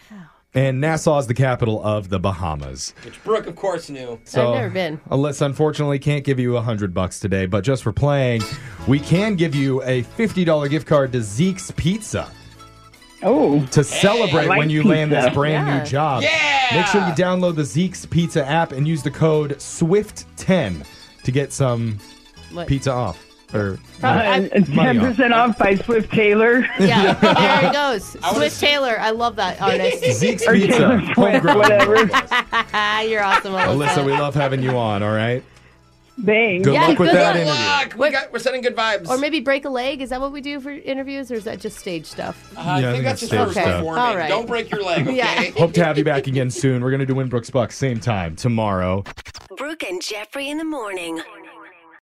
[SPEAKER 3] and Nassau is the capital of the Bahamas.
[SPEAKER 4] Which Brooke, of course, knew.
[SPEAKER 3] So, Alyssa, unfortunately, can't give you a hundred bucks today, but just for playing, we can give you a fifty dollar gift card to Zeke's Pizza.
[SPEAKER 1] Oh,
[SPEAKER 3] to celebrate
[SPEAKER 1] I like
[SPEAKER 3] when you land this
[SPEAKER 1] pizza.
[SPEAKER 3] brand
[SPEAKER 1] Yeah.
[SPEAKER 3] new job. Yeah. Make sure you download the Zeke's Pizza app and use the code SWIFT10 to get some
[SPEAKER 1] What?
[SPEAKER 3] pizza off or
[SPEAKER 1] Uh,
[SPEAKER 3] money off.
[SPEAKER 1] 10% off by Swift Taylor.
[SPEAKER 4] <laughs>
[SPEAKER 2] Yeah, there it goes. Swiss Taylor. I love that artist.
[SPEAKER 3] <laughs>
[SPEAKER 2] <laughs>
[SPEAKER 4] <laughs>
[SPEAKER 3] Zeke's
[SPEAKER 1] Or
[SPEAKER 3] Pizza,
[SPEAKER 1] Taylor
[SPEAKER 3] homegrown.
[SPEAKER 2] You're awesome,
[SPEAKER 3] Alyssa, we love having you on. All right.
[SPEAKER 1] Thanks.
[SPEAKER 3] Good
[SPEAKER 2] Yeah,
[SPEAKER 3] luck with
[SPEAKER 2] good
[SPEAKER 3] that
[SPEAKER 2] luck.
[SPEAKER 3] interview.
[SPEAKER 4] we got, we're sending good vibes.
[SPEAKER 2] Or maybe break a leg. Is that what we do for interviews, or is that just stage stuff?
[SPEAKER 4] Uh, I
[SPEAKER 3] Yeah, I
[SPEAKER 4] think,
[SPEAKER 3] think
[SPEAKER 4] that's
[SPEAKER 3] it's
[SPEAKER 4] just for
[SPEAKER 3] safe stuff.
[SPEAKER 4] performing.
[SPEAKER 2] All right.
[SPEAKER 4] Don't break your leg, okay?
[SPEAKER 2] <laughs> Yeah.
[SPEAKER 3] Hope to have you back again soon. We're going to do Winbrook's Bucks same time tomorrow.
[SPEAKER 15] Brooke and Jeffrey in the morning.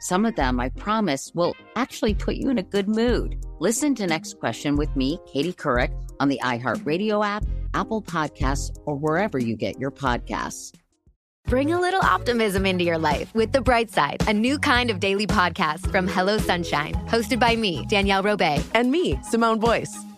[SPEAKER 12] Some of them, I promise, will actually put you in a good mood. Listen to Next Question with me, Katie Couric, on the iHeartRadio app, Apple Podcasts, or wherever you get your podcasts.
[SPEAKER 19] Bring a little optimism into your life with The Bright Side, a new kind of daily podcast from Hello Sunshine, hosted by me, Danielle Robay.
[SPEAKER 24] And me, Simone Boyce.